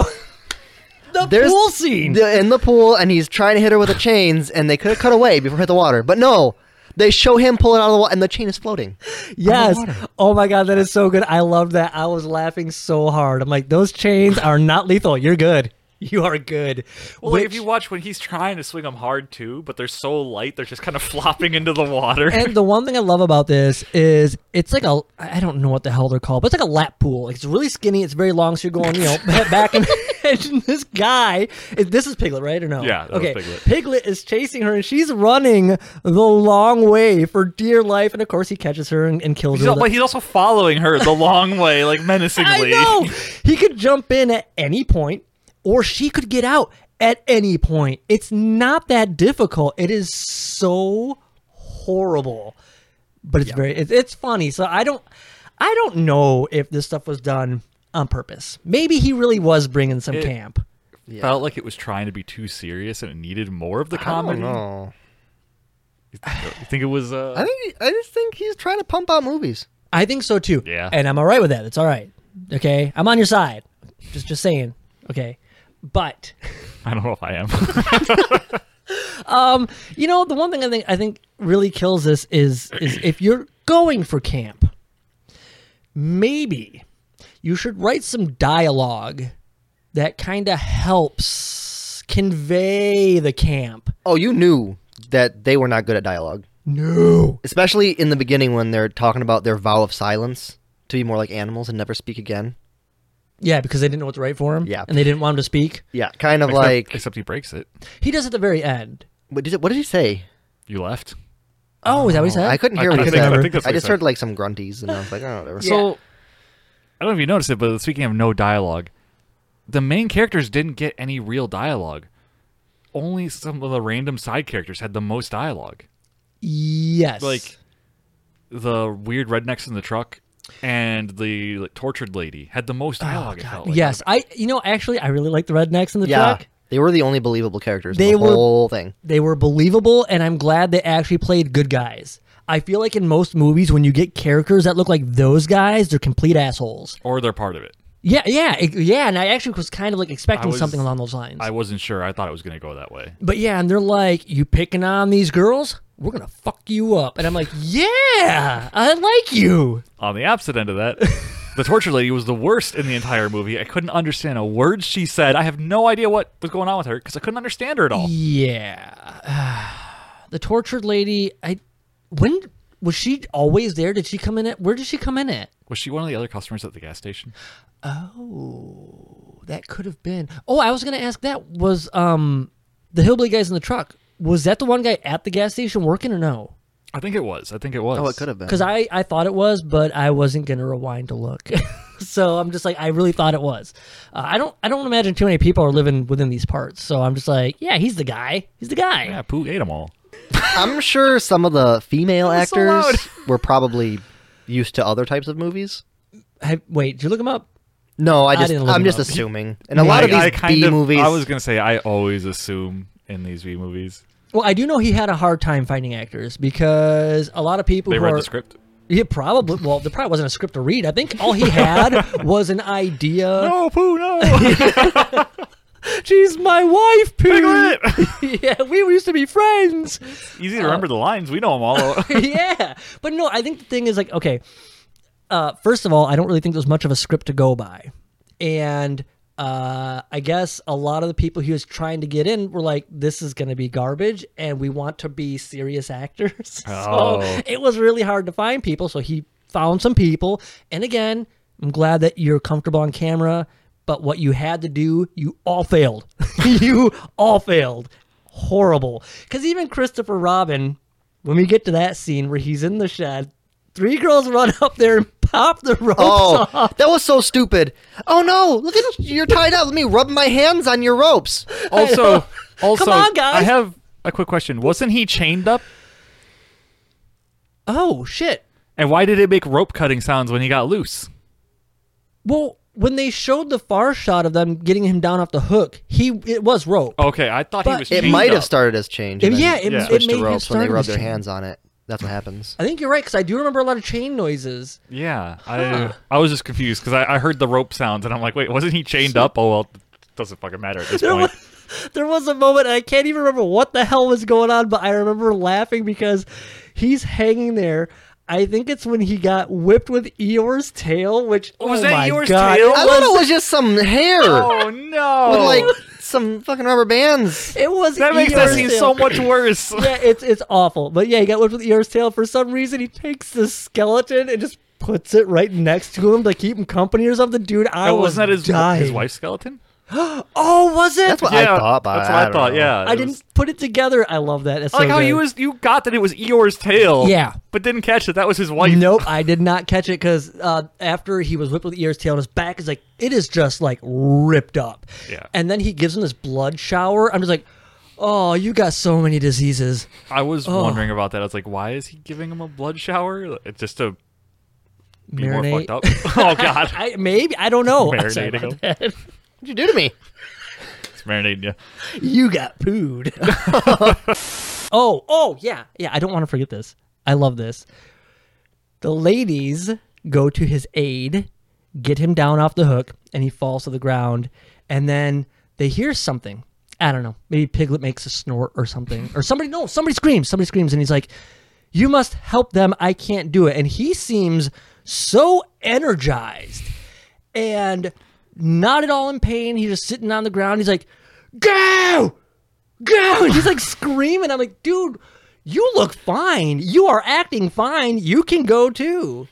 [SPEAKER 1] The
[SPEAKER 3] There's-
[SPEAKER 1] pool scene.
[SPEAKER 3] The- in the pool, and he's trying to hit her with the chains, and they could have cut away before hit the water, but no, they show him pull it out of the water, and the chain is floating.
[SPEAKER 1] yes. Oh my god, that is so good. I love that. I was laughing so hard. I'm like, those chains are not lethal. You're good. You are good.
[SPEAKER 2] Well, like,
[SPEAKER 1] Which-
[SPEAKER 2] if you watch when he's trying to swing them hard too, but they're so light, they're just kind of flopping into the water.
[SPEAKER 1] and the one thing I love about this is it's like a I don't know what the hell they're called, but it's like a lap pool. It's really skinny. It's very long, so you're going you know back and. And this guy, this is Piglet, right or no?
[SPEAKER 2] Yeah, that was
[SPEAKER 1] okay.
[SPEAKER 2] Piglet.
[SPEAKER 1] Piglet is chasing her, and she's running the long way for dear life. And of course, he catches her and, and kills
[SPEAKER 2] He's,
[SPEAKER 1] her.
[SPEAKER 2] al-
[SPEAKER 1] with a-
[SPEAKER 2] but he's also following her the long way, like
[SPEAKER 1] I
[SPEAKER 2] menacingly.
[SPEAKER 1] know. He could jump in at any point, or she could get out at any point. It's not that difficult. It is so horrible, but it's very it's, it's funny. So I don't I don't know if this stuff was done on purpose. Maybe he really was bringing some
[SPEAKER 2] It-
[SPEAKER 1] camp.
[SPEAKER 2] Felt like it was trying to be too serious and it needed more of the comedy.
[SPEAKER 3] No,
[SPEAKER 2] I think it was. Uh,
[SPEAKER 3] I think I just think he's trying to pump out movies.
[SPEAKER 1] I think so too.
[SPEAKER 2] Yeah.
[SPEAKER 1] And I'm all right with that. It's all right. Okay. I'm on your side. Just just saying. Okay. But
[SPEAKER 2] I don't know if I am.
[SPEAKER 1] You know, the one thing I think I think really kills this is is if you're going for camp, maybe you should write some dialogue that kind of helps convey the camp.
[SPEAKER 3] Oh, you knew that they were not good at dialogue,
[SPEAKER 1] No.
[SPEAKER 3] especially in the beginning when they're talking about their vow of silence to be more like animals and never speak again.
[SPEAKER 1] Yeah, because they didn't know what to write for him.
[SPEAKER 3] Yeah.
[SPEAKER 1] And they didn't want him to speak.
[SPEAKER 3] Yeah, kind of
[SPEAKER 2] Except-
[SPEAKER 3] like
[SPEAKER 2] except he breaks it.
[SPEAKER 1] He does at the very end.
[SPEAKER 3] what did, what did he say?
[SPEAKER 2] You left.
[SPEAKER 1] Oh, is that what he said?
[SPEAKER 3] I couldn't
[SPEAKER 2] I-
[SPEAKER 3] hear
[SPEAKER 2] I
[SPEAKER 3] what he
[SPEAKER 2] think- I
[SPEAKER 3] said.
[SPEAKER 2] think that's what
[SPEAKER 3] I
[SPEAKER 2] he
[SPEAKER 3] just
[SPEAKER 2] said.
[SPEAKER 3] heard like some grunties, and I was like, oh, whatever.
[SPEAKER 1] Yeah.
[SPEAKER 2] So I don't know if you noticed it, but speaking of no dialogue, the main characters didn't get any real dialogue. Only some of the random side characters had the most dialogue.
[SPEAKER 1] yes.
[SPEAKER 2] Like the weird rednecks in the truck and the like, tortured lady had the
[SPEAKER 3] Oh,
[SPEAKER 2] most dialogue. it felt like.
[SPEAKER 1] yes. I you know, actually I really like the rednecks in the
[SPEAKER 3] Yeah,
[SPEAKER 1] truck.
[SPEAKER 3] they were the only believable characters.
[SPEAKER 1] They
[SPEAKER 3] in the
[SPEAKER 1] were-
[SPEAKER 3] whole thing.
[SPEAKER 1] They were believable, and I'm glad they actually played good guys. I feel like in most movies, when you get characters that look like those guys, they're complete assholes.
[SPEAKER 2] Or they're part of it.
[SPEAKER 1] Yeah, yeah, it- yeah. And I actually was kind of like
[SPEAKER 2] I
[SPEAKER 1] expecting
[SPEAKER 2] was-
[SPEAKER 1] something along those lines.
[SPEAKER 2] I wasn't sure. I thought it was going to go that way.
[SPEAKER 1] but yeah, and they're like, "You picking on these girls? We're gonna fuck you up." And I'm like, "Yeah, I like you."
[SPEAKER 2] On the opposite end of that, the torture lady was the worst in the entire movie. I couldn't understand a word she said. I have no idea what was going on with her because I couldn't understand her at all.
[SPEAKER 1] Yeah, the tortured lady. I when was she always there? Did she come in at? Where did she come in at?
[SPEAKER 2] Was she one of the other customers at the gas station?
[SPEAKER 1] That could have been. Oh, I was gonna ask that was um the hillbilly guys in the truck. Was that the one guy at the gas station working or no?
[SPEAKER 2] I think it was. I think it was.
[SPEAKER 3] Oh, it could have been.
[SPEAKER 1] Because I I thought it was, but I wasn't gonna rewind to look. so I'm just like, I really thought it was. Uh, I don't, I don't imagine too many people are living within these parts. So I'm just like, yeah, he's the guy. He's the guy.
[SPEAKER 2] Yeah, Pooh ate them all.
[SPEAKER 3] I'm sure some of the female
[SPEAKER 2] so loud.
[SPEAKER 3] actors were probably used to other types of movies.
[SPEAKER 1] Have- wait, did you look him up?
[SPEAKER 3] No, I just
[SPEAKER 1] didn't look
[SPEAKER 3] I'm
[SPEAKER 1] it
[SPEAKER 3] just
[SPEAKER 1] up.
[SPEAKER 3] assuming. And a lot of
[SPEAKER 2] I- I
[SPEAKER 3] these
[SPEAKER 2] kind
[SPEAKER 3] B
[SPEAKER 2] of-
[SPEAKER 3] movies
[SPEAKER 2] I was gonna say I always assume in these B movies
[SPEAKER 1] Well, I do know he had a hard time finding actors because a lot of people
[SPEAKER 2] they
[SPEAKER 1] who
[SPEAKER 2] read
[SPEAKER 1] are,
[SPEAKER 2] the script.
[SPEAKER 1] Yeah, probably. Well, there probably wasn't a script to read. I think all he had was an idea.
[SPEAKER 2] No, Pooh, no.
[SPEAKER 1] She's my wife, Pooh.
[SPEAKER 2] Piglet!
[SPEAKER 1] yeah, we used to be friends.
[SPEAKER 2] Easy to remember the lines. We know them all.
[SPEAKER 1] yeah, but no, I think the thing is like, okay, uh, first of all, I don't really think there's much of a script to go by, and uh, I guess a lot of the people he was trying to get in were like, this is going to be garbage, and we want to be serious actors.
[SPEAKER 2] Oh.
[SPEAKER 1] So it was really hard to find people, so he found some people, and again, I'm glad that you're comfortable on camera. But what you had to do, you all failed. you all failed. Horrible. Because even Christopher Robin, when we get to that scene where he's in the shed, three girls run up there and pop the ropes off.
[SPEAKER 3] Oh, that was so stupid. Oh no, look at you're tied up. Let me rub my hands on your ropes.
[SPEAKER 2] also, also,
[SPEAKER 1] on, guys.
[SPEAKER 2] I have a quick question. Wasn't he chained up?
[SPEAKER 1] Oh shit!
[SPEAKER 2] And why did it make rope cutting sounds when he got loose?
[SPEAKER 1] Well, when they showed the far shot of them getting him down off the hook, he it was rope.
[SPEAKER 2] Okay, I thought he
[SPEAKER 1] But
[SPEAKER 2] was.
[SPEAKER 3] It
[SPEAKER 2] chained
[SPEAKER 3] might
[SPEAKER 2] up.
[SPEAKER 3] have started as change.
[SPEAKER 1] And
[SPEAKER 3] and then
[SPEAKER 1] yeah, it,
[SPEAKER 2] yeah.
[SPEAKER 1] it
[SPEAKER 3] switched
[SPEAKER 1] made
[SPEAKER 3] to
[SPEAKER 1] him
[SPEAKER 3] ropes when they
[SPEAKER 1] start
[SPEAKER 3] rub
[SPEAKER 1] as
[SPEAKER 3] their
[SPEAKER 1] chain.
[SPEAKER 3] hands on it. That's what happens.
[SPEAKER 1] I think you're right because I do remember a lot of chain noises.
[SPEAKER 2] Yeah, I I was just confused because I, I heard the rope sounds and I'm like, wait, wasn't he chained up? Oh well, doesn't fucking matter at this
[SPEAKER 1] There
[SPEAKER 2] point.
[SPEAKER 1] was, there was a moment and I can't even remember what the hell was going on, but I remember laughing because he's hanging there. I think it's when he got whipped with Eeyore's tail, which
[SPEAKER 2] Was
[SPEAKER 1] oh
[SPEAKER 2] that
[SPEAKER 1] my
[SPEAKER 2] Eeyore's
[SPEAKER 1] God,
[SPEAKER 2] tail?
[SPEAKER 1] it
[SPEAKER 3] I thought it was just some hair
[SPEAKER 2] Oh no!
[SPEAKER 3] with like some fucking rubber bands.
[SPEAKER 1] It was
[SPEAKER 2] that makes that
[SPEAKER 1] Eeyore's
[SPEAKER 2] seem
[SPEAKER 1] tail.
[SPEAKER 2] so much worse.
[SPEAKER 1] yeah, it's it's awful. But yeah, he got whipped with Eeyore's tail. For some reason, he takes the skeleton and just puts it right next to him to keep him company or something. Dude, I
[SPEAKER 2] That
[SPEAKER 1] was
[SPEAKER 2] wasn't Oh, that his
[SPEAKER 1] dying.
[SPEAKER 2] his wife's skeleton?
[SPEAKER 1] Oh, was it?
[SPEAKER 3] That's what
[SPEAKER 2] yeah,
[SPEAKER 3] I thought. But
[SPEAKER 2] that's what I,
[SPEAKER 3] don't
[SPEAKER 2] thought.
[SPEAKER 3] know.
[SPEAKER 2] Yeah,
[SPEAKER 1] I
[SPEAKER 2] it
[SPEAKER 1] didn't
[SPEAKER 2] was-
[SPEAKER 1] put it together. I love that. That's
[SPEAKER 2] I like
[SPEAKER 1] so
[SPEAKER 2] how
[SPEAKER 1] good.
[SPEAKER 2] you was you got that it was Eeyore's tail.
[SPEAKER 1] Yeah.
[SPEAKER 2] but didn't catch that that was his wife.
[SPEAKER 1] Nope, I did not catch it because uh, after he was whipped with the ears, tail, and his back is like it is just like ripped up.
[SPEAKER 2] Yeah.
[SPEAKER 1] And then he gives him this blood shower. I'm just like, oh, you got so many diseases.
[SPEAKER 2] I was
[SPEAKER 1] Oh.
[SPEAKER 2] wondering about that. I was like, why is he giving him a blood shower? Like, Just to be more
[SPEAKER 1] Marinate.
[SPEAKER 2] fucked up. oh god,
[SPEAKER 1] I maybe I don't know. I'm sorry about
[SPEAKER 2] Marinating him.
[SPEAKER 1] that.
[SPEAKER 3] What'd you do to me?
[SPEAKER 2] it's marinating you.
[SPEAKER 1] You got pooed. oh, oh yeah, yeah. I don't want to forget this. I love this. The ladies go to his aid, get him down off the hook, and he falls to the ground. And then they hear something. I don't know. Maybe Piglet makes a snort or something, or somebody no, somebody screams. Somebody screams, and he's like, "You must help them. I can't do it." And he seems so energized and not at all in pain. He's just sitting on the ground. He's like, "Go, go!" And he's like screaming. I'm like, "Dude, you look fine. You are acting fine. You can go too."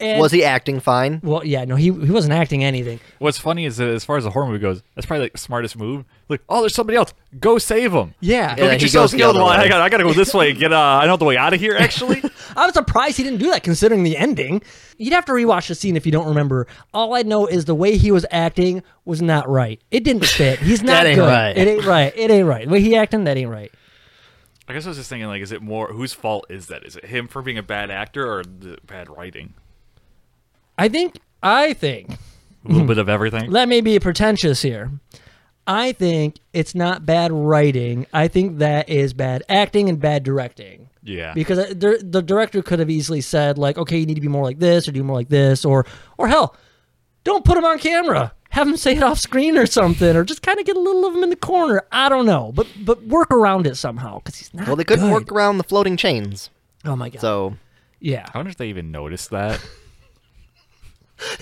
[SPEAKER 1] And
[SPEAKER 3] Was he acting fine?
[SPEAKER 1] Well, yeah, no, he he wasn't acting anything.
[SPEAKER 2] What's funny is that as far as the horror movie goes, that's probably like the smartest move. Like, oh, there's somebody else. Go save him.
[SPEAKER 1] Yeah.
[SPEAKER 2] Go
[SPEAKER 1] Yeah,
[SPEAKER 2] get
[SPEAKER 3] he
[SPEAKER 2] yourselves
[SPEAKER 3] goes the
[SPEAKER 2] the other
[SPEAKER 3] other
[SPEAKER 2] one.
[SPEAKER 3] way.
[SPEAKER 2] I got. I got to go this way. and Get. Uh, I know the way out of here. Actually,
[SPEAKER 1] I'm surprised he didn't do that considering the ending. You'd have to rewatch the scene if you don't remember. All I know is the way he was acting was not right. It didn't fit. He's not
[SPEAKER 3] ain't
[SPEAKER 1] good.
[SPEAKER 3] right.
[SPEAKER 1] It ain't right. It ain't right. The way he acting, that ain't right.
[SPEAKER 2] I guess I was just thinking, like, is it more whose fault is that? Is it him for being a bad actor or the bad writing?
[SPEAKER 1] I think I think
[SPEAKER 2] A little bit of everything.
[SPEAKER 1] let me be pretentious here. I think it's not bad writing. I think that is bad acting and bad directing.
[SPEAKER 3] Ah.
[SPEAKER 2] Yeah.
[SPEAKER 1] Because I- the, the director could have easily said like, okay, you need to be more like this or do more like this or or hell, don't put him on camera. Have him say it off screen or something, or just kind of get a little of him in the corner. I don't know, but but work around it somehow because he's not.
[SPEAKER 3] Well, they couldn't
[SPEAKER 1] good.
[SPEAKER 3] work around the floating chains,
[SPEAKER 1] Oh my god!
[SPEAKER 3] so
[SPEAKER 1] yeah,
[SPEAKER 2] I wonder if they even noticed that.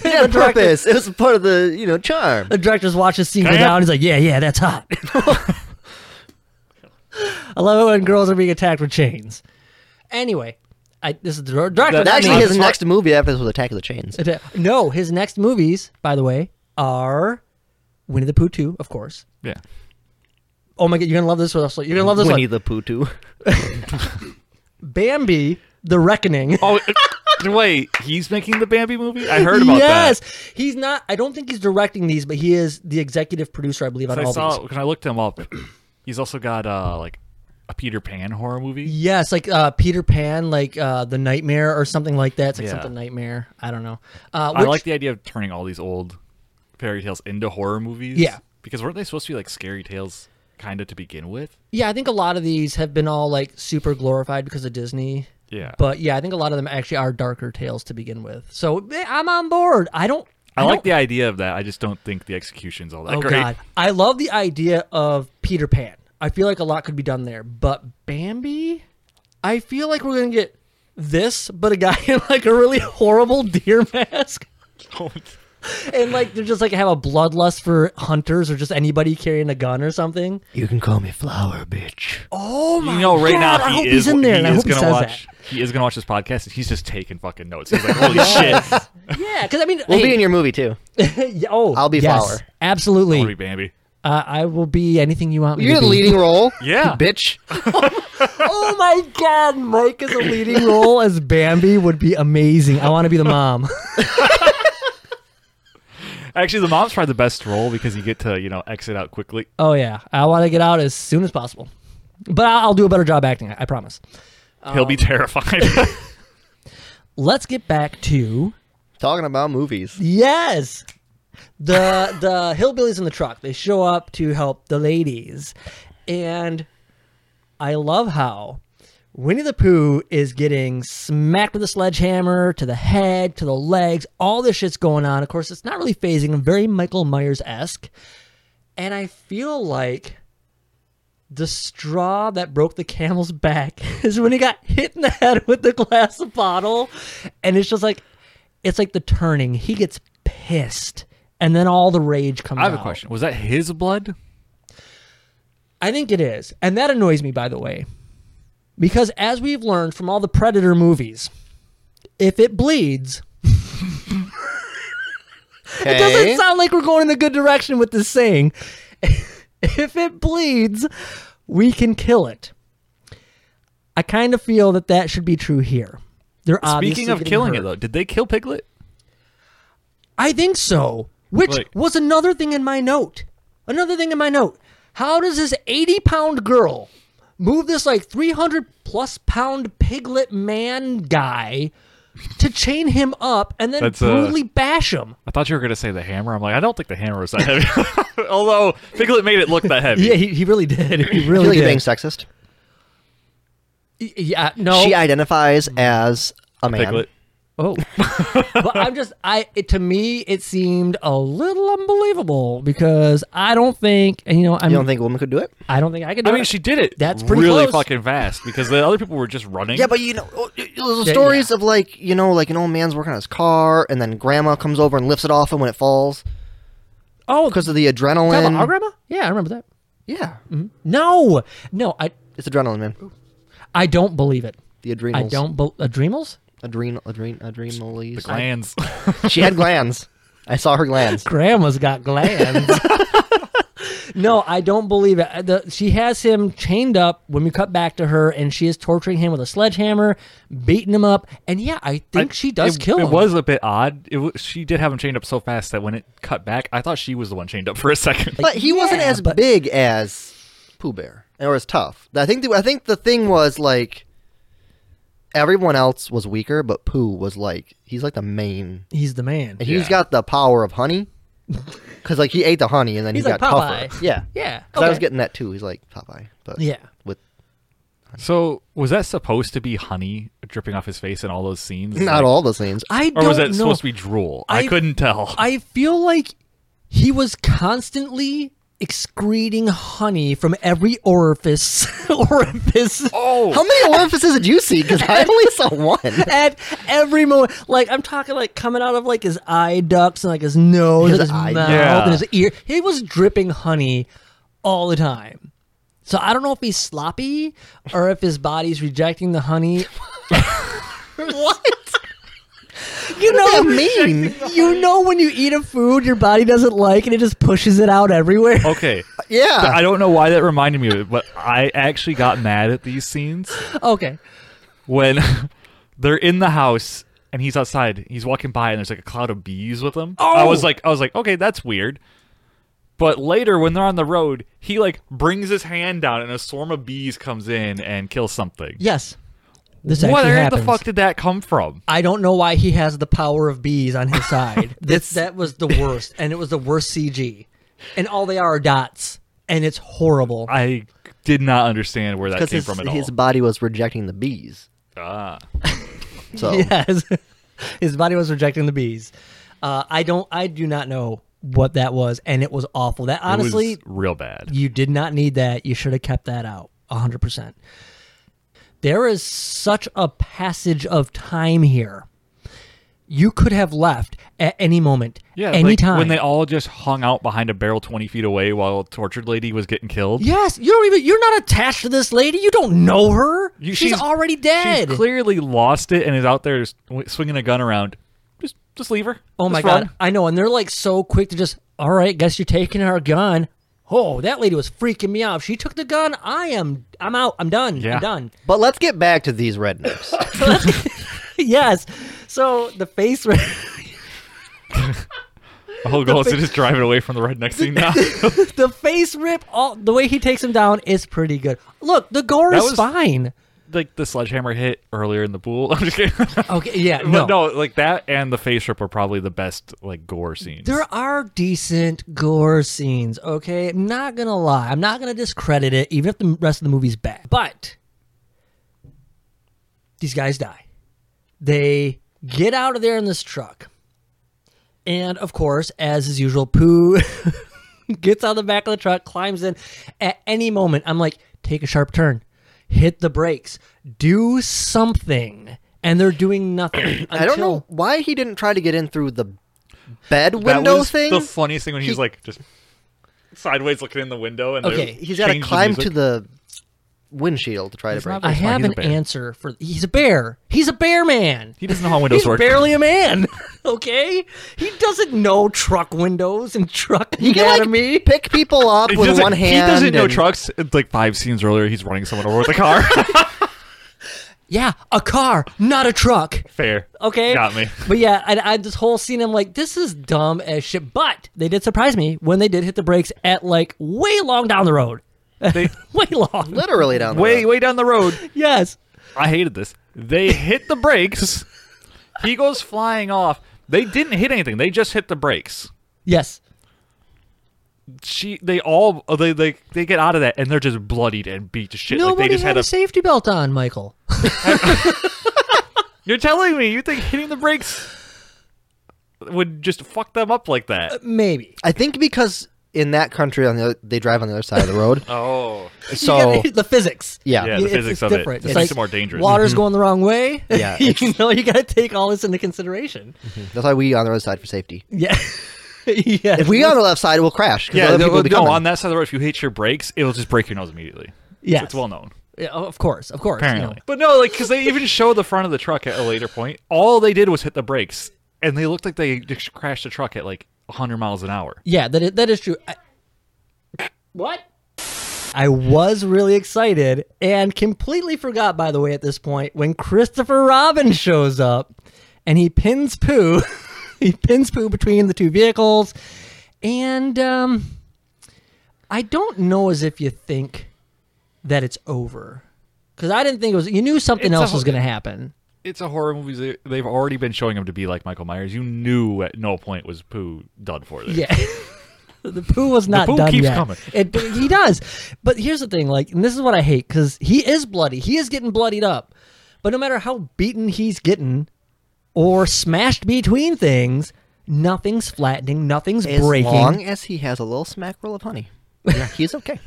[SPEAKER 3] it had a purpose. It was part of the you know charm.
[SPEAKER 1] the director's watching scene go
[SPEAKER 2] Damn.
[SPEAKER 1] down. He's like, yeah, yeah, that's hot. I love it when girls are being attacked with chains. Anyway, I, this is the dir- director.
[SPEAKER 2] That-
[SPEAKER 1] not
[SPEAKER 3] Actually,
[SPEAKER 1] me.
[SPEAKER 3] his next movie after this was Attack of the Chains.
[SPEAKER 1] Atta- no, his next movies, by the way, are Winnie the Pooh 2, of course.
[SPEAKER 2] Yeah.
[SPEAKER 1] Oh my god, you're gonna love this one. also. You're gonna love this
[SPEAKER 3] Winnie
[SPEAKER 1] one.
[SPEAKER 3] the Pooh too.
[SPEAKER 1] Bambi, The Reckoning.
[SPEAKER 2] Oh, Wait, he's making the Bambi movie? I heard about
[SPEAKER 1] yes,
[SPEAKER 2] that.
[SPEAKER 1] he's not. I don't think he's directing these, but he is the executive producer, I believe, on
[SPEAKER 2] I
[SPEAKER 1] all
[SPEAKER 2] saw
[SPEAKER 1] these.
[SPEAKER 2] when I looked him up. He's also got uh like a Peter Pan horror movie.
[SPEAKER 1] Yes, like uh, Peter Pan, like uh, the Nightmare or something like that. It's like
[SPEAKER 2] Yeah.
[SPEAKER 1] something Nightmare. I don't know. Uh,
[SPEAKER 2] I
[SPEAKER 1] which-
[SPEAKER 2] like the idea of turning all these old fairy tales into horror movies.
[SPEAKER 1] Yeah.
[SPEAKER 2] Because weren't they supposed to be like scary tales kind of to begin with?
[SPEAKER 1] Yeah, I think a lot of these have been all like super glorified because of Disney.
[SPEAKER 2] Yeah.
[SPEAKER 1] But yeah, I think a lot of them actually are darker tales to begin with. So eh, I'm on board. I don't.
[SPEAKER 2] I, like
[SPEAKER 1] don't-
[SPEAKER 2] the idea of that. I just don't think the execution's all that
[SPEAKER 1] Oh
[SPEAKER 2] great.
[SPEAKER 1] God, I love the idea of Peter Pan. I feel like a lot could be done there, but Bambi, I feel like we're gonna get this, but a guy in like a really horrible deer mask. And like they're just like have a bloodlust for hunters or just anybody carrying a gun or something.
[SPEAKER 3] You can call me Flower, bitch.
[SPEAKER 1] Oh my
[SPEAKER 2] You know, right
[SPEAKER 1] god!
[SPEAKER 2] now
[SPEAKER 1] I
[SPEAKER 2] he
[SPEAKER 1] hope
[SPEAKER 2] is
[SPEAKER 1] he's in there. and I
[SPEAKER 2] is
[SPEAKER 1] hope he
[SPEAKER 2] gonna
[SPEAKER 1] says
[SPEAKER 2] watch. He is gonna watch this podcast, and he's just taking fucking notes. He's like, "Holy shit,
[SPEAKER 1] that. Yeah, because I mean,
[SPEAKER 3] We'll
[SPEAKER 1] hey,
[SPEAKER 3] be in your movie too.
[SPEAKER 1] Yeah, oh,
[SPEAKER 3] I'll be
[SPEAKER 1] yes,
[SPEAKER 3] Flower.
[SPEAKER 1] Absolutely,
[SPEAKER 2] Holy Bambi."
[SPEAKER 1] uh, I will be anything you want me
[SPEAKER 3] You're
[SPEAKER 1] to
[SPEAKER 3] the
[SPEAKER 1] be.
[SPEAKER 3] leading role.
[SPEAKER 2] Yeah.
[SPEAKER 3] you bitch.
[SPEAKER 1] oh my god, Mike is a leading role as Bambi would be amazing. I want to be the mom.
[SPEAKER 2] Actually, the mom's probably the best role because you get to you know exit out quickly.
[SPEAKER 1] oh yeah, I want to get out as soon as possible. But I- I'll do a better job acting. I I promise.
[SPEAKER 2] He'll
[SPEAKER 1] Um,
[SPEAKER 2] be terrified.
[SPEAKER 1] Let's get back to
[SPEAKER 3] Talking about movies.
[SPEAKER 1] Yes. The the hillbillies in the truck. They show up to help the ladies. And I love how Winnie the Pooh is getting smacked with a sledgehammer to the head, to the legs, all this shit's going on. Of course, it's not really phasing, I'm very Michael Myers esque. And I feel like the straw that broke the camel's back is when he got hit in the head with the glass bottle. And it's just like, it's like the turning. He gets pissed. And then all the rage comes
[SPEAKER 2] I have a
[SPEAKER 1] out.
[SPEAKER 2] question. Was that his blood?
[SPEAKER 1] I think it is. And that annoys me, by the way. Because as we've learned from all the Predator movies, if it bleeds, it
[SPEAKER 3] Okay.
[SPEAKER 1] doesn't sound like we're going in a good direction with this saying. if it bleeds, we can kill it. I kind of feel that that should be true here. They're
[SPEAKER 2] Speaking of killing it though, did they kill Piglet?
[SPEAKER 1] I think so. Which
[SPEAKER 2] Like-
[SPEAKER 1] was another thing in my note. Another thing in my note. How does this 80 pound girl move this like 300 plus pound piglet man guy to chain him up and then
[SPEAKER 2] That's, uh,
[SPEAKER 1] brutally bash him?
[SPEAKER 2] I thought you were gonna say the hammer. I'm like, I don't think the hammer was that heavy. Although Piglet made it look that heavy.
[SPEAKER 1] Yeah, he, he really did. He
[SPEAKER 3] I feel
[SPEAKER 1] really
[SPEAKER 3] like you're being
[SPEAKER 1] did.
[SPEAKER 3] sexist.
[SPEAKER 1] Y- Yeah, no.
[SPEAKER 3] She identifies as a man.
[SPEAKER 2] Piglet.
[SPEAKER 1] Oh, but I'm just I. It, to me, it seemed a little unbelievable because I don't think and, you know I'm,
[SPEAKER 3] You don't think a woman could do it?
[SPEAKER 1] I don't think I could. Do
[SPEAKER 2] I mean,
[SPEAKER 1] it.
[SPEAKER 2] she did it.
[SPEAKER 1] That's pretty
[SPEAKER 2] really
[SPEAKER 1] close.
[SPEAKER 2] fucking fast because the other people were just running.
[SPEAKER 3] Yeah, but you know, oh, y- y- those
[SPEAKER 1] Yeah,
[SPEAKER 3] stories
[SPEAKER 1] yeah.
[SPEAKER 3] of like, you know, like an old man's working on his car, and then grandma comes over and lifts it off him when it falls
[SPEAKER 1] oh,
[SPEAKER 3] because of the
[SPEAKER 1] talking about
[SPEAKER 3] adrenaline.
[SPEAKER 1] our grandma? Yeah, I remember that.
[SPEAKER 3] yeah,
[SPEAKER 1] No, no, I
[SPEAKER 3] it's adrenaline, man.
[SPEAKER 1] I don't believe it.
[SPEAKER 3] The adrenals.
[SPEAKER 1] I don't bel uh, adrenals.
[SPEAKER 3] Adrenal, adrenal, adrenalies.
[SPEAKER 2] the glands.
[SPEAKER 3] She had glands. I saw her glands.
[SPEAKER 1] Grandma's got glands. no, I don't believe it. The, she has him chained up when we cut back to her, and she is torturing him with a sledgehammer, beating him up, and yeah, I think she does
[SPEAKER 2] it,
[SPEAKER 1] kill
[SPEAKER 2] it
[SPEAKER 1] him.
[SPEAKER 2] was a bit odd. It was, she did have him chained up so fast that when it cut back, I thought she was the one chained up for a second.
[SPEAKER 3] But he wasn't
[SPEAKER 1] Yeah,
[SPEAKER 3] as
[SPEAKER 1] but-
[SPEAKER 3] big as Pooh Bear, or as tough. I think the, I think the thing was like everyone else was weaker, but Pooh was like he's like the main,
[SPEAKER 1] He's the man.
[SPEAKER 3] and he's
[SPEAKER 2] Yeah.
[SPEAKER 3] got the power of honey. Because like he ate the honey, and then
[SPEAKER 1] He's
[SPEAKER 3] he
[SPEAKER 1] like
[SPEAKER 3] got
[SPEAKER 1] Popeye.
[SPEAKER 3] tougher. Yeah,
[SPEAKER 1] Yeah,
[SPEAKER 3] 'Cause I was
[SPEAKER 1] okay.
[SPEAKER 3] getting that too. He's like Popeye, but
[SPEAKER 1] Yeah.
[SPEAKER 3] with
[SPEAKER 2] so was that supposed to be honey dripping off his face in all those scenes?
[SPEAKER 3] not
[SPEAKER 2] Like-
[SPEAKER 3] all the scenes.
[SPEAKER 1] I don't
[SPEAKER 2] Or was that
[SPEAKER 1] know.
[SPEAKER 2] supposed to be drool? I,
[SPEAKER 1] I-
[SPEAKER 2] couldn't tell.
[SPEAKER 1] I feel like he was constantly excreting honey from every orifice. orifice.
[SPEAKER 2] oh,
[SPEAKER 3] How many orifices did you see? Because I only saw one.
[SPEAKER 1] at every moment. Like I'm talking like coming out of like his eye ducts and like his nose
[SPEAKER 3] His
[SPEAKER 1] and his
[SPEAKER 3] eye-
[SPEAKER 1] mouth
[SPEAKER 2] Yeah.
[SPEAKER 1] and his ear. He was dripping honey all the time. So I don't know if he's sloppy or if his body's rejecting the honey.
[SPEAKER 3] what?
[SPEAKER 1] You know,
[SPEAKER 3] What does that mean?
[SPEAKER 1] you know when you eat a food your body doesn't like and it just pushes it out everywhere.
[SPEAKER 2] okay. I
[SPEAKER 3] Yeah.
[SPEAKER 2] don't know why that reminded me of it, but I actually
[SPEAKER 3] Oh.
[SPEAKER 2] got mad at these scenes
[SPEAKER 1] Okay.
[SPEAKER 2] when they're in the house and he's outside. He's walking by, and there's like a cloud of bees with him. I was
[SPEAKER 1] Oh!
[SPEAKER 2] like, I was like, okay, that's weird. But later, when they're on the road, he like brings his hand down, and a swarm of bees comes in and kills something.
[SPEAKER 1] Yes. This
[SPEAKER 2] Where
[SPEAKER 1] actually
[SPEAKER 2] the
[SPEAKER 1] happens.
[SPEAKER 2] fuck did that come from?
[SPEAKER 1] I don't know why he has the power of bees on his side.
[SPEAKER 3] It's-
[SPEAKER 1] This, that was the worst, and it was the worst CG. And all they are are dots, and it's horrible.
[SPEAKER 2] I did not understand where that
[SPEAKER 3] because
[SPEAKER 2] came
[SPEAKER 3] his,
[SPEAKER 2] from at all.
[SPEAKER 3] his body was rejecting the bees.
[SPEAKER 2] ah.
[SPEAKER 3] So
[SPEAKER 1] Yes, his body was rejecting the bees. Uh, I don't. I do not know what that was, and it was awful. That honestly,
[SPEAKER 2] it was real bad.
[SPEAKER 1] you did not need that. You should have kept that out. hundred percent. There is such a passage of time here. You could have left at any moment,
[SPEAKER 2] Yeah,
[SPEAKER 1] any
[SPEAKER 2] like,
[SPEAKER 1] time.
[SPEAKER 2] when they all just hung out behind a barrel twenty feet away while a tortured lady was getting killed.
[SPEAKER 1] Yes, you don't even. You're not attached to this lady. You don't know her.
[SPEAKER 2] You-
[SPEAKER 1] she's, already dead.
[SPEAKER 2] She's clearly lost it and is out there s- w- swinging a gun around. Just, just leave her.
[SPEAKER 1] oh my
[SPEAKER 2] Just run.
[SPEAKER 1] god, I know. And they're like so quick to just. All right, guess you're taking our gun. Oh, that lady was freaking me out. If she took the gun, I am. I'm out. I'm done.
[SPEAKER 2] Yeah.
[SPEAKER 1] I'm done.
[SPEAKER 3] But let's get back to these rednecks.
[SPEAKER 1] yes. So the face. re-
[SPEAKER 2] The whole goal Oh, is to just drive it away from the redneck scene now. that
[SPEAKER 1] the face rip. All the way he takes him down is pretty good. Look, the gore
[SPEAKER 2] That
[SPEAKER 1] is
[SPEAKER 2] was-
[SPEAKER 1] fine.
[SPEAKER 2] like the sledgehammer hit earlier in the pool. I'm just kidding.
[SPEAKER 1] Okay. Yeah.
[SPEAKER 2] But no, like that and the face rip are probably the best like gore scenes.
[SPEAKER 1] There are decent gore scenes, okay? I'm not going to lie. I'm not going to discredit it, even if the rest of the movie's bad. But these guys die. They get out of there in this truck. And of course, as is usual, Pooh gets out of the back of the truck, climbs in. At any moment, I'm like, take a sharp turn, hit the brakes, do something. And they're doing nothing.
[SPEAKER 3] I don't
[SPEAKER 1] until-
[SPEAKER 3] know why he didn't try to get in through the bed
[SPEAKER 2] that
[SPEAKER 3] window
[SPEAKER 2] was
[SPEAKER 3] thing.
[SPEAKER 2] the funniest thing when he's
[SPEAKER 3] He-
[SPEAKER 2] like just sideways looking in the window and
[SPEAKER 1] Okay,
[SPEAKER 2] they're-
[SPEAKER 3] He's got to
[SPEAKER 2] change the
[SPEAKER 3] climb
[SPEAKER 2] music.
[SPEAKER 3] to the windshield to try to break.
[SPEAKER 2] not-
[SPEAKER 1] I
[SPEAKER 2] He's fine.
[SPEAKER 1] have
[SPEAKER 2] He's a
[SPEAKER 1] an
[SPEAKER 2] bear.
[SPEAKER 1] answer for. He's a bear. He's a bear man.
[SPEAKER 2] He doesn't know how windows
[SPEAKER 1] He's
[SPEAKER 2] work.
[SPEAKER 1] barely a man. Okay, he doesn't know truck windows and truck
[SPEAKER 3] He can like
[SPEAKER 1] anatomy.
[SPEAKER 3] pick people up
[SPEAKER 2] He
[SPEAKER 3] with
[SPEAKER 2] doesn't-
[SPEAKER 3] one hand.
[SPEAKER 2] He doesn't know
[SPEAKER 3] and-
[SPEAKER 2] trucks. It's like five scenes earlier, he's running someone over with a car.
[SPEAKER 1] yeah, a car, not a truck.
[SPEAKER 2] Fair.
[SPEAKER 1] Okay,
[SPEAKER 2] Got me.
[SPEAKER 1] But yeah, I, I this whole scene, I'm like, this is dumb as shit. But they did surprise me when they did hit the brakes at like way long down the road,
[SPEAKER 2] They,
[SPEAKER 1] way long.
[SPEAKER 3] Literally down the
[SPEAKER 2] way,
[SPEAKER 3] road.
[SPEAKER 2] way down the road.
[SPEAKER 1] yes,
[SPEAKER 2] I hated this. They hit the brakes. He goes flying off. They didn't hit anything. They just hit the brakes.
[SPEAKER 1] yes.
[SPEAKER 2] She, they all, they, they, they get out of that and they're just bloodied and beat to shit.
[SPEAKER 1] Nobody
[SPEAKER 2] like they just
[SPEAKER 1] had,
[SPEAKER 2] had
[SPEAKER 1] a,
[SPEAKER 2] a.
[SPEAKER 1] safety belt on, Michael.
[SPEAKER 2] You're telling me you think hitting the brakes would just fuck them up like that?
[SPEAKER 1] Maybe.
[SPEAKER 3] I think because in that country on the other, they drive on the other side of the road.
[SPEAKER 2] Oh,
[SPEAKER 3] so
[SPEAKER 1] You get the physics.
[SPEAKER 3] yeah,
[SPEAKER 2] yeah, the
[SPEAKER 1] It's-
[SPEAKER 2] physics
[SPEAKER 1] it's
[SPEAKER 2] of it.
[SPEAKER 1] different.
[SPEAKER 2] It
[SPEAKER 1] It's
[SPEAKER 2] makes
[SPEAKER 1] like
[SPEAKER 2] it more dangerous. Mm-hmm.
[SPEAKER 1] Water's going the wrong way.
[SPEAKER 3] Yeah,
[SPEAKER 1] you know, you got to take all this into consideration.
[SPEAKER 3] that's why we on the other side for safety.
[SPEAKER 1] Yeah. yeah.
[SPEAKER 3] If we on the left side, we'll crash. 'cause
[SPEAKER 2] Yeah,
[SPEAKER 3] other
[SPEAKER 2] no,
[SPEAKER 3] people will be
[SPEAKER 2] no,
[SPEAKER 3] coming.
[SPEAKER 2] on that side of the road, if you hit your brakes, it'll just break your nose immediately.
[SPEAKER 1] Yes.
[SPEAKER 2] It's well known.
[SPEAKER 1] Yeah, oh, of course, of course. you know.
[SPEAKER 2] apparently. But no, like because they even show the front of the truck at a later point. All they did was hit the brakes, and they looked like they just crashed the truck at like 100 miles an hour.
[SPEAKER 1] Yeah, that is, that is true. I, what? I was really excited and completely forgot, by the way, at this point, when Christopher Robin shows up and he pins Pooh. he pins Pooh between the two vehicles. And um, I don't know as if you think that it's over. Because I didn't think it was. You knew something
[SPEAKER 2] It's a
[SPEAKER 1] else was
[SPEAKER 2] whole-
[SPEAKER 1] going to happen.
[SPEAKER 2] It's a horror movie. They- They've already been showing him to be like Michael Myers. You knew at no point was Pooh done for this.
[SPEAKER 1] Yeah. The poo was not
[SPEAKER 2] poo
[SPEAKER 1] done
[SPEAKER 2] keeps
[SPEAKER 1] yet.
[SPEAKER 2] coming.
[SPEAKER 1] It, he does, but here's the thing: like, and this is what I hate because he is bloody. He is getting bloodied up, but no matter how beaten he's getting, or smashed between things, nothing's flattening, nothing's
[SPEAKER 3] as
[SPEAKER 1] breaking.
[SPEAKER 3] long as he has a little smackerel of honey, yeah, he's okay.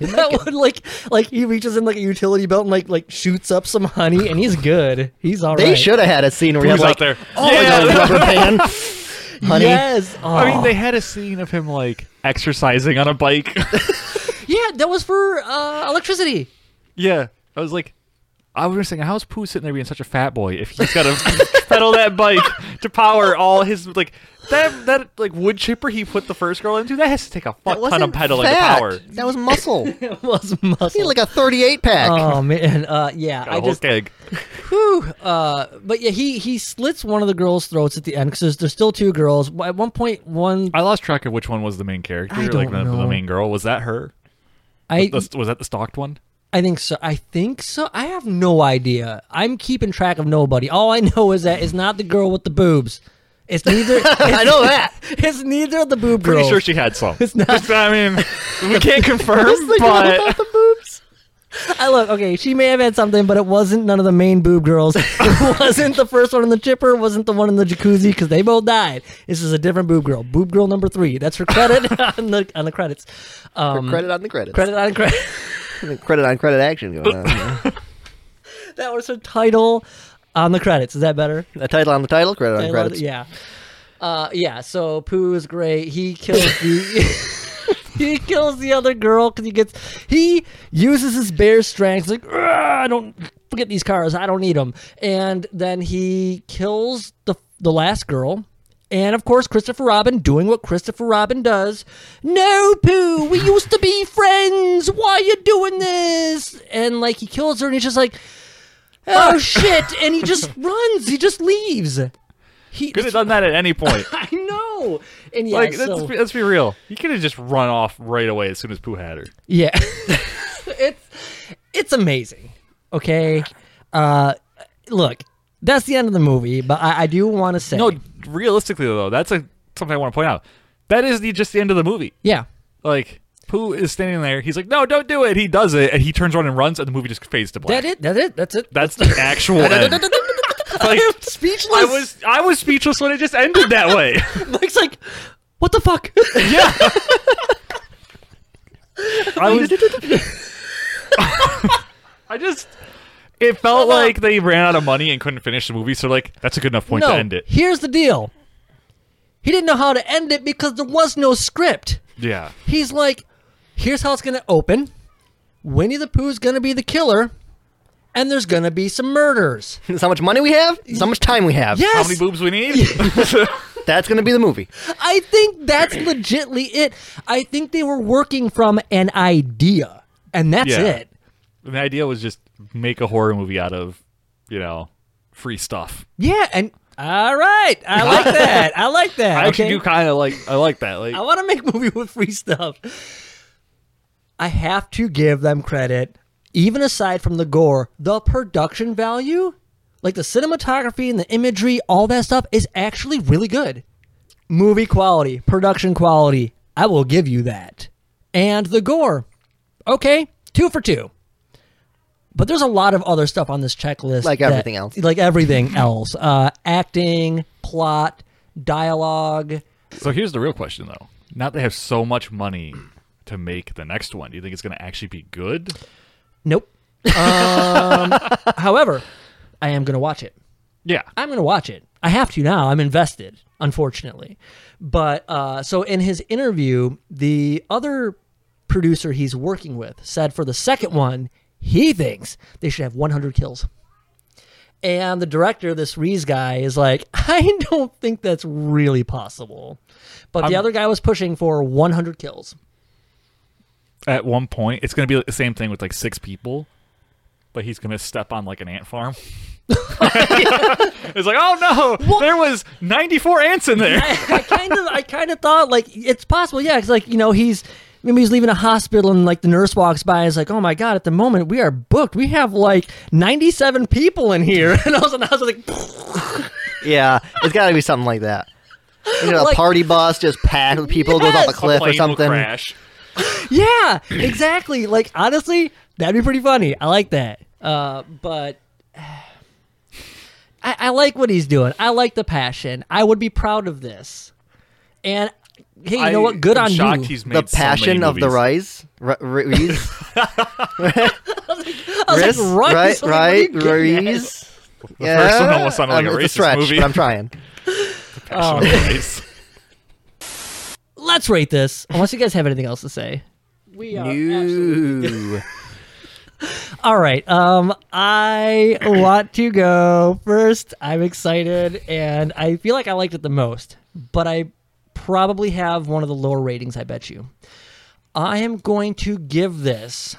[SPEAKER 1] that would like, like he reaches in like a utility belt and like like shoots up some honey, and he's good. He's all right.
[SPEAKER 3] They should have had a scene where he
[SPEAKER 2] Pooh's
[SPEAKER 3] was like,
[SPEAKER 2] out there.
[SPEAKER 3] "Oh, I got a rubber band, honey."
[SPEAKER 1] Yes.
[SPEAKER 2] I mean,
[SPEAKER 1] Aw.
[SPEAKER 2] they had a scene of him like exercising on a bike.
[SPEAKER 1] yeah, that was for uh, electricity.
[SPEAKER 2] yeah, I was like, I was saying, how's Pooh sitting there being such a fat boy if he's got to pedal that bike to power all his like that that like wood chipper he put the first girl into. That has to take a
[SPEAKER 3] That
[SPEAKER 2] fuck ton of
[SPEAKER 3] wasn't
[SPEAKER 2] pedaling to
[SPEAKER 3] fat.
[SPEAKER 2] power.
[SPEAKER 3] That was muscle. he
[SPEAKER 1] it was muscle.
[SPEAKER 3] had like a 38 pack.
[SPEAKER 1] oh man, uh, yeah.
[SPEAKER 2] Got a
[SPEAKER 1] I
[SPEAKER 2] whole
[SPEAKER 1] just
[SPEAKER 2] keg.
[SPEAKER 1] Whew. Uh, but yeah, he he slits one of the girls' throats at the end because there's, there's still two girls. At one point, one
[SPEAKER 2] I lost track of which one was the main character.
[SPEAKER 1] I
[SPEAKER 2] like
[SPEAKER 1] don't
[SPEAKER 2] the, the
[SPEAKER 1] know.
[SPEAKER 2] main girl was that her?
[SPEAKER 1] I
[SPEAKER 2] The- was that the stalked one?
[SPEAKER 1] I think so. I think so. I have no idea. I'm keeping track of nobody. All I know is that it's not the girl with the boobs. It's neither.
[SPEAKER 3] I know that.
[SPEAKER 1] It's neither of the boob
[SPEAKER 2] Pretty
[SPEAKER 1] girls.
[SPEAKER 2] sure she had some.
[SPEAKER 1] It's not-
[SPEAKER 2] Just- I mean, we can't confirm,
[SPEAKER 3] the girl
[SPEAKER 2] but
[SPEAKER 3] without the boobs.
[SPEAKER 1] I look okay. She may have had something, but it wasn't none of the main boob girls. It wasn't the first one in the chipper. It wasn't the one in the jacuzzi because they both died. This is a different boob girl. Boob girl number three. That's her credit on the on the credits. Um,
[SPEAKER 3] Credit on the credits.
[SPEAKER 1] credit on credit.
[SPEAKER 3] credit on credit action going on.
[SPEAKER 1] that was her title on the credits. Is that better?
[SPEAKER 3] the title on the title, credit
[SPEAKER 1] I
[SPEAKER 3] on
[SPEAKER 1] love
[SPEAKER 3] credits.
[SPEAKER 1] it. Yeah. Uh, yeah. So Pooh is great. He kills the. He kills the other girl because he gets. He uses his bear strength. Like, "Ugh, I don't forget these cars. I don't need them. And then he kills the the last girl. And of course, Christopher Robin doing what Christopher Robin does. No, Pooh, we used to be friends. Why you doing this? And like, he kills her, and he's just like, oh shit! And he just runs. He just leaves. He
[SPEAKER 2] could have done that at any point.
[SPEAKER 1] I know. And yeah,
[SPEAKER 2] Like,
[SPEAKER 1] so,
[SPEAKER 2] let's, be, let's be real. He could have just run off right away as soon as Pooh had her.
[SPEAKER 1] yeah, it's it's amazing. Okay, uh, look, that's the end of the movie, but I, I do want to say,
[SPEAKER 2] No, realistically though, that's a something I want to point out. That is the just the end of the movie.
[SPEAKER 1] yeah,
[SPEAKER 2] Like Pooh is standing there. He's like, "No, don't do it." He does it, and he turns around and runs, and the movie just fades to black.
[SPEAKER 1] that it, that it, that's it.
[SPEAKER 2] That's the actual end. Like,
[SPEAKER 1] I'm speechless.
[SPEAKER 2] I was I was speechless when it just ended that way.
[SPEAKER 1] Mike's like, what the fuck?
[SPEAKER 2] yeah. I was. I just. It felt like they ran out of money and couldn't finish the movie, so like that's a good enough point
[SPEAKER 1] no,
[SPEAKER 2] to end it.
[SPEAKER 1] here's the deal. He didn't know how to end it because there was no script.
[SPEAKER 2] Yeah.
[SPEAKER 1] he's like, here's how it's gonna open. Winnie the Pooh's gonna be the killer, and there's gonna be some murders.
[SPEAKER 3] It's how much money we have? It's how much time we have?
[SPEAKER 1] Yes,
[SPEAKER 2] How many boobs we need?
[SPEAKER 3] That's going to be the movie.
[SPEAKER 1] I think that's legitly it. I think they were working from an idea, and that's
[SPEAKER 2] Yeah.
[SPEAKER 1] it.
[SPEAKER 2] And the idea was just make a horror movie out of, you know, free stuff.
[SPEAKER 1] Yeah, and all right, I like that. I like that.
[SPEAKER 2] I actually
[SPEAKER 1] okay?
[SPEAKER 2] do kind of like. I like that. Like,
[SPEAKER 1] I want to make movie with free stuff. I have to give them credit, even aside from the gore, the production value, like the cinematography and the imagery, all that stuff is actually really good. Movie quality, production quality, I will give you that. And the gore, okay, two for two. But there's a lot of other stuff on this checklist.
[SPEAKER 3] Like
[SPEAKER 1] that-
[SPEAKER 3] everything else.
[SPEAKER 1] Like everything else. Uh, acting, plot, dialogue.
[SPEAKER 2] so here's the real question though. Now they have so much money to make the next one, do you think it's going to actually be good?
[SPEAKER 1] Nope. Um, however, I am going to watch it.
[SPEAKER 2] Yeah.
[SPEAKER 1] I'm going to watch it. I have to now. I'm invested, unfortunately. But uh, so in his interview, the other producer he's working with said for the second one, he thinks they should have 100 kills. And the director, this Rees guy, is like, I don't think that's really possible. But the other guy was pushing for 100 kills.
[SPEAKER 2] At one point, it's going to be like, the same thing with like six people, but he's going to step on like an ant farm. it's like, oh no, there was 94 ants in there.
[SPEAKER 1] I, I kind of, I kind of thought like it's possible, yeah, because like you know he's maybe he's leaving a hospital and like the nurse walks by and is like, oh my god, at the moment we are booked, we have like ninety seven people in here, and all of a sudden I was like,
[SPEAKER 3] Yeah, it's got to be something like that. You know,
[SPEAKER 1] Like-
[SPEAKER 3] a party bus just packed with people, goes off a
[SPEAKER 1] Yes! A
[SPEAKER 3] cliff
[SPEAKER 2] plane
[SPEAKER 3] or
[SPEAKER 2] will
[SPEAKER 3] something.
[SPEAKER 2] Crash.
[SPEAKER 1] yeah, exactly. Like honestly, that'd be pretty funny. I like that, uh, but. I, I like what he's doing. I like the passion. I would be proud of this. And hey, you know what? Good
[SPEAKER 2] I'm
[SPEAKER 1] on
[SPEAKER 2] shocked
[SPEAKER 1] you.
[SPEAKER 2] He's made
[SPEAKER 3] The
[SPEAKER 2] so many
[SPEAKER 3] Passion of the
[SPEAKER 2] movies.
[SPEAKER 3] Rise. R- Ruiz?
[SPEAKER 1] I was
[SPEAKER 3] Riz?
[SPEAKER 1] like, right,
[SPEAKER 3] right, right,
[SPEAKER 1] right.
[SPEAKER 3] Ruiz.
[SPEAKER 2] The first one almost sounded like
[SPEAKER 3] um,
[SPEAKER 2] a
[SPEAKER 3] it's
[SPEAKER 2] racist
[SPEAKER 3] stretch,
[SPEAKER 2] movie.
[SPEAKER 3] but I'm trying.
[SPEAKER 2] Passion of the Rise.
[SPEAKER 1] Let's rate this. Unless you guys have anything else to say. We
[SPEAKER 3] New.
[SPEAKER 1] All right. Um, I want to go first. I'm excited, and I feel like I liked it the most, but I probably have one of the lower ratings. I bet you. I am going to give this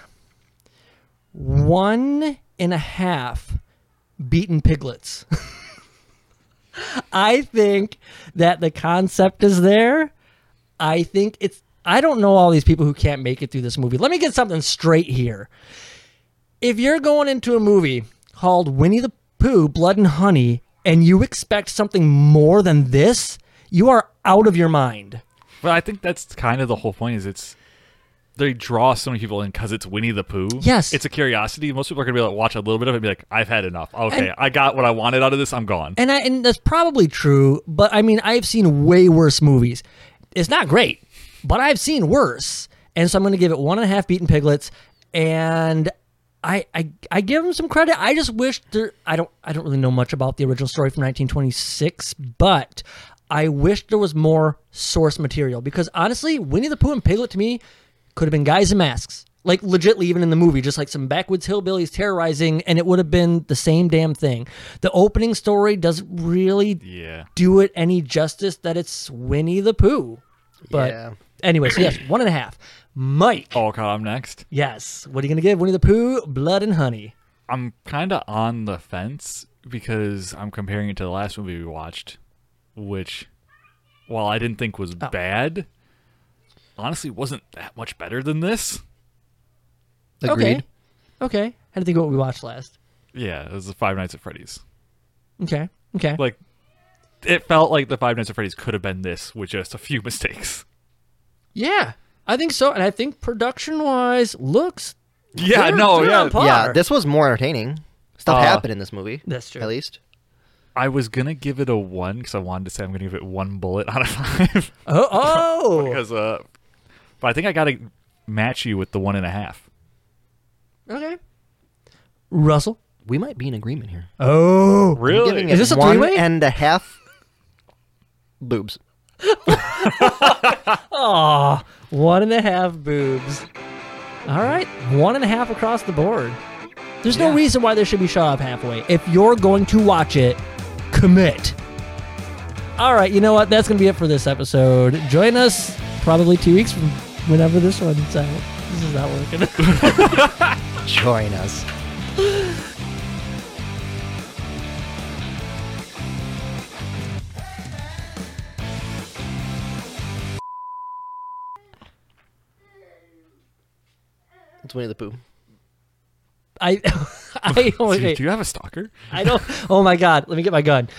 [SPEAKER 1] one and a half beaten piglets. I think that the concept is there. I think it's. I don't know all these people who can't make it through this movie. Let me get something straight here. If you're going into a movie called Winnie the Pooh, Blood and Honey, and you expect something more than this, you are out of your mind.
[SPEAKER 2] But I think that's kind of the whole point. Is it's they draw so many people in because it's Winnie the Pooh.
[SPEAKER 1] Yes.
[SPEAKER 2] it's a curiosity. Most people are gonna be like, watch a little bit of it, and be like, I've had enough. Okay, I got what I wanted out of this. I'm gone.
[SPEAKER 1] And I and that's probably true, but I mean I've seen way worse movies. It's not great, but I've seen worse. And so I'm gonna give it one and a half beaten piglets and I, I, I give them some credit. I just wish there I don't I don't really know much about the original story from 1926, but I wish there was more source material because honestly, Winnie the Pooh and Piglet to me could have been guys in masks. Like legitly even in the movie, just like some backwoods hillbillies terrorizing, and it would have been the same damn thing. The opening story doesn't really
[SPEAKER 2] yeah,
[SPEAKER 1] do it any justice that it's Winnie the Pooh. But
[SPEAKER 3] Yeah.
[SPEAKER 1] anyway, so yes, one and a half. Mike,
[SPEAKER 2] oh god, I'm next.
[SPEAKER 1] yes. What are you gonna give Winnie the Pooh? Blood and honey.
[SPEAKER 2] I'm kind of on the fence because I'm comparing it to the last movie we watched, which, while I didn't think was bad, honestly wasn't that much better than this.
[SPEAKER 3] Agreed.
[SPEAKER 1] Okay. Okay. Had to think of what we watched last.
[SPEAKER 2] Yeah, it was the Five Nights at Freddy's.
[SPEAKER 1] Okay. Okay.
[SPEAKER 2] Like, it felt like the Five Nights at Freddy's could have been this with just a few mistakes.
[SPEAKER 1] yeah, I think so, and I think production wise looks.
[SPEAKER 2] Yeah,
[SPEAKER 1] they're-
[SPEAKER 2] no,
[SPEAKER 1] they're
[SPEAKER 2] yeah.
[SPEAKER 1] on par.
[SPEAKER 3] Yeah, this was more entertaining. Stuff
[SPEAKER 2] Uh,
[SPEAKER 3] happened in this movie.
[SPEAKER 1] That's true.
[SPEAKER 3] At least.
[SPEAKER 2] I was gonna give it a one because I wanted to say I'm gonna give it one bullet out of five
[SPEAKER 1] Oh, oh.
[SPEAKER 2] because uh, but I think I gotta match you with the one and a half.
[SPEAKER 1] okay. Russell.
[SPEAKER 3] We might be in agreement here.
[SPEAKER 1] Oh.
[SPEAKER 3] I'm
[SPEAKER 2] Really?
[SPEAKER 3] Giving
[SPEAKER 1] Is
[SPEAKER 3] it
[SPEAKER 1] this a
[SPEAKER 3] one
[SPEAKER 1] three-way?
[SPEAKER 3] and a half boobs.
[SPEAKER 1] Aw, one and a half boobs. All right, one and a half across the board. There's no
[SPEAKER 3] Yeah.
[SPEAKER 1] reason why there should be shot up halfway. If you're going to watch it, commit. All right, you know what? That's going to be it for this episode. Join us probably two weeks from whenever this one's out. This is not working.
[SPEAKER 3] Join us. It's Winnie the Pooh.
[SPEAKER 1] I, I,
[SPEAKER 2] Do you-
[SPEAKER 1] okay,
[SPEAKER 2] do you have a stalker?
[SPEAKER 1] I don't. Oh my God! Let me get my gun.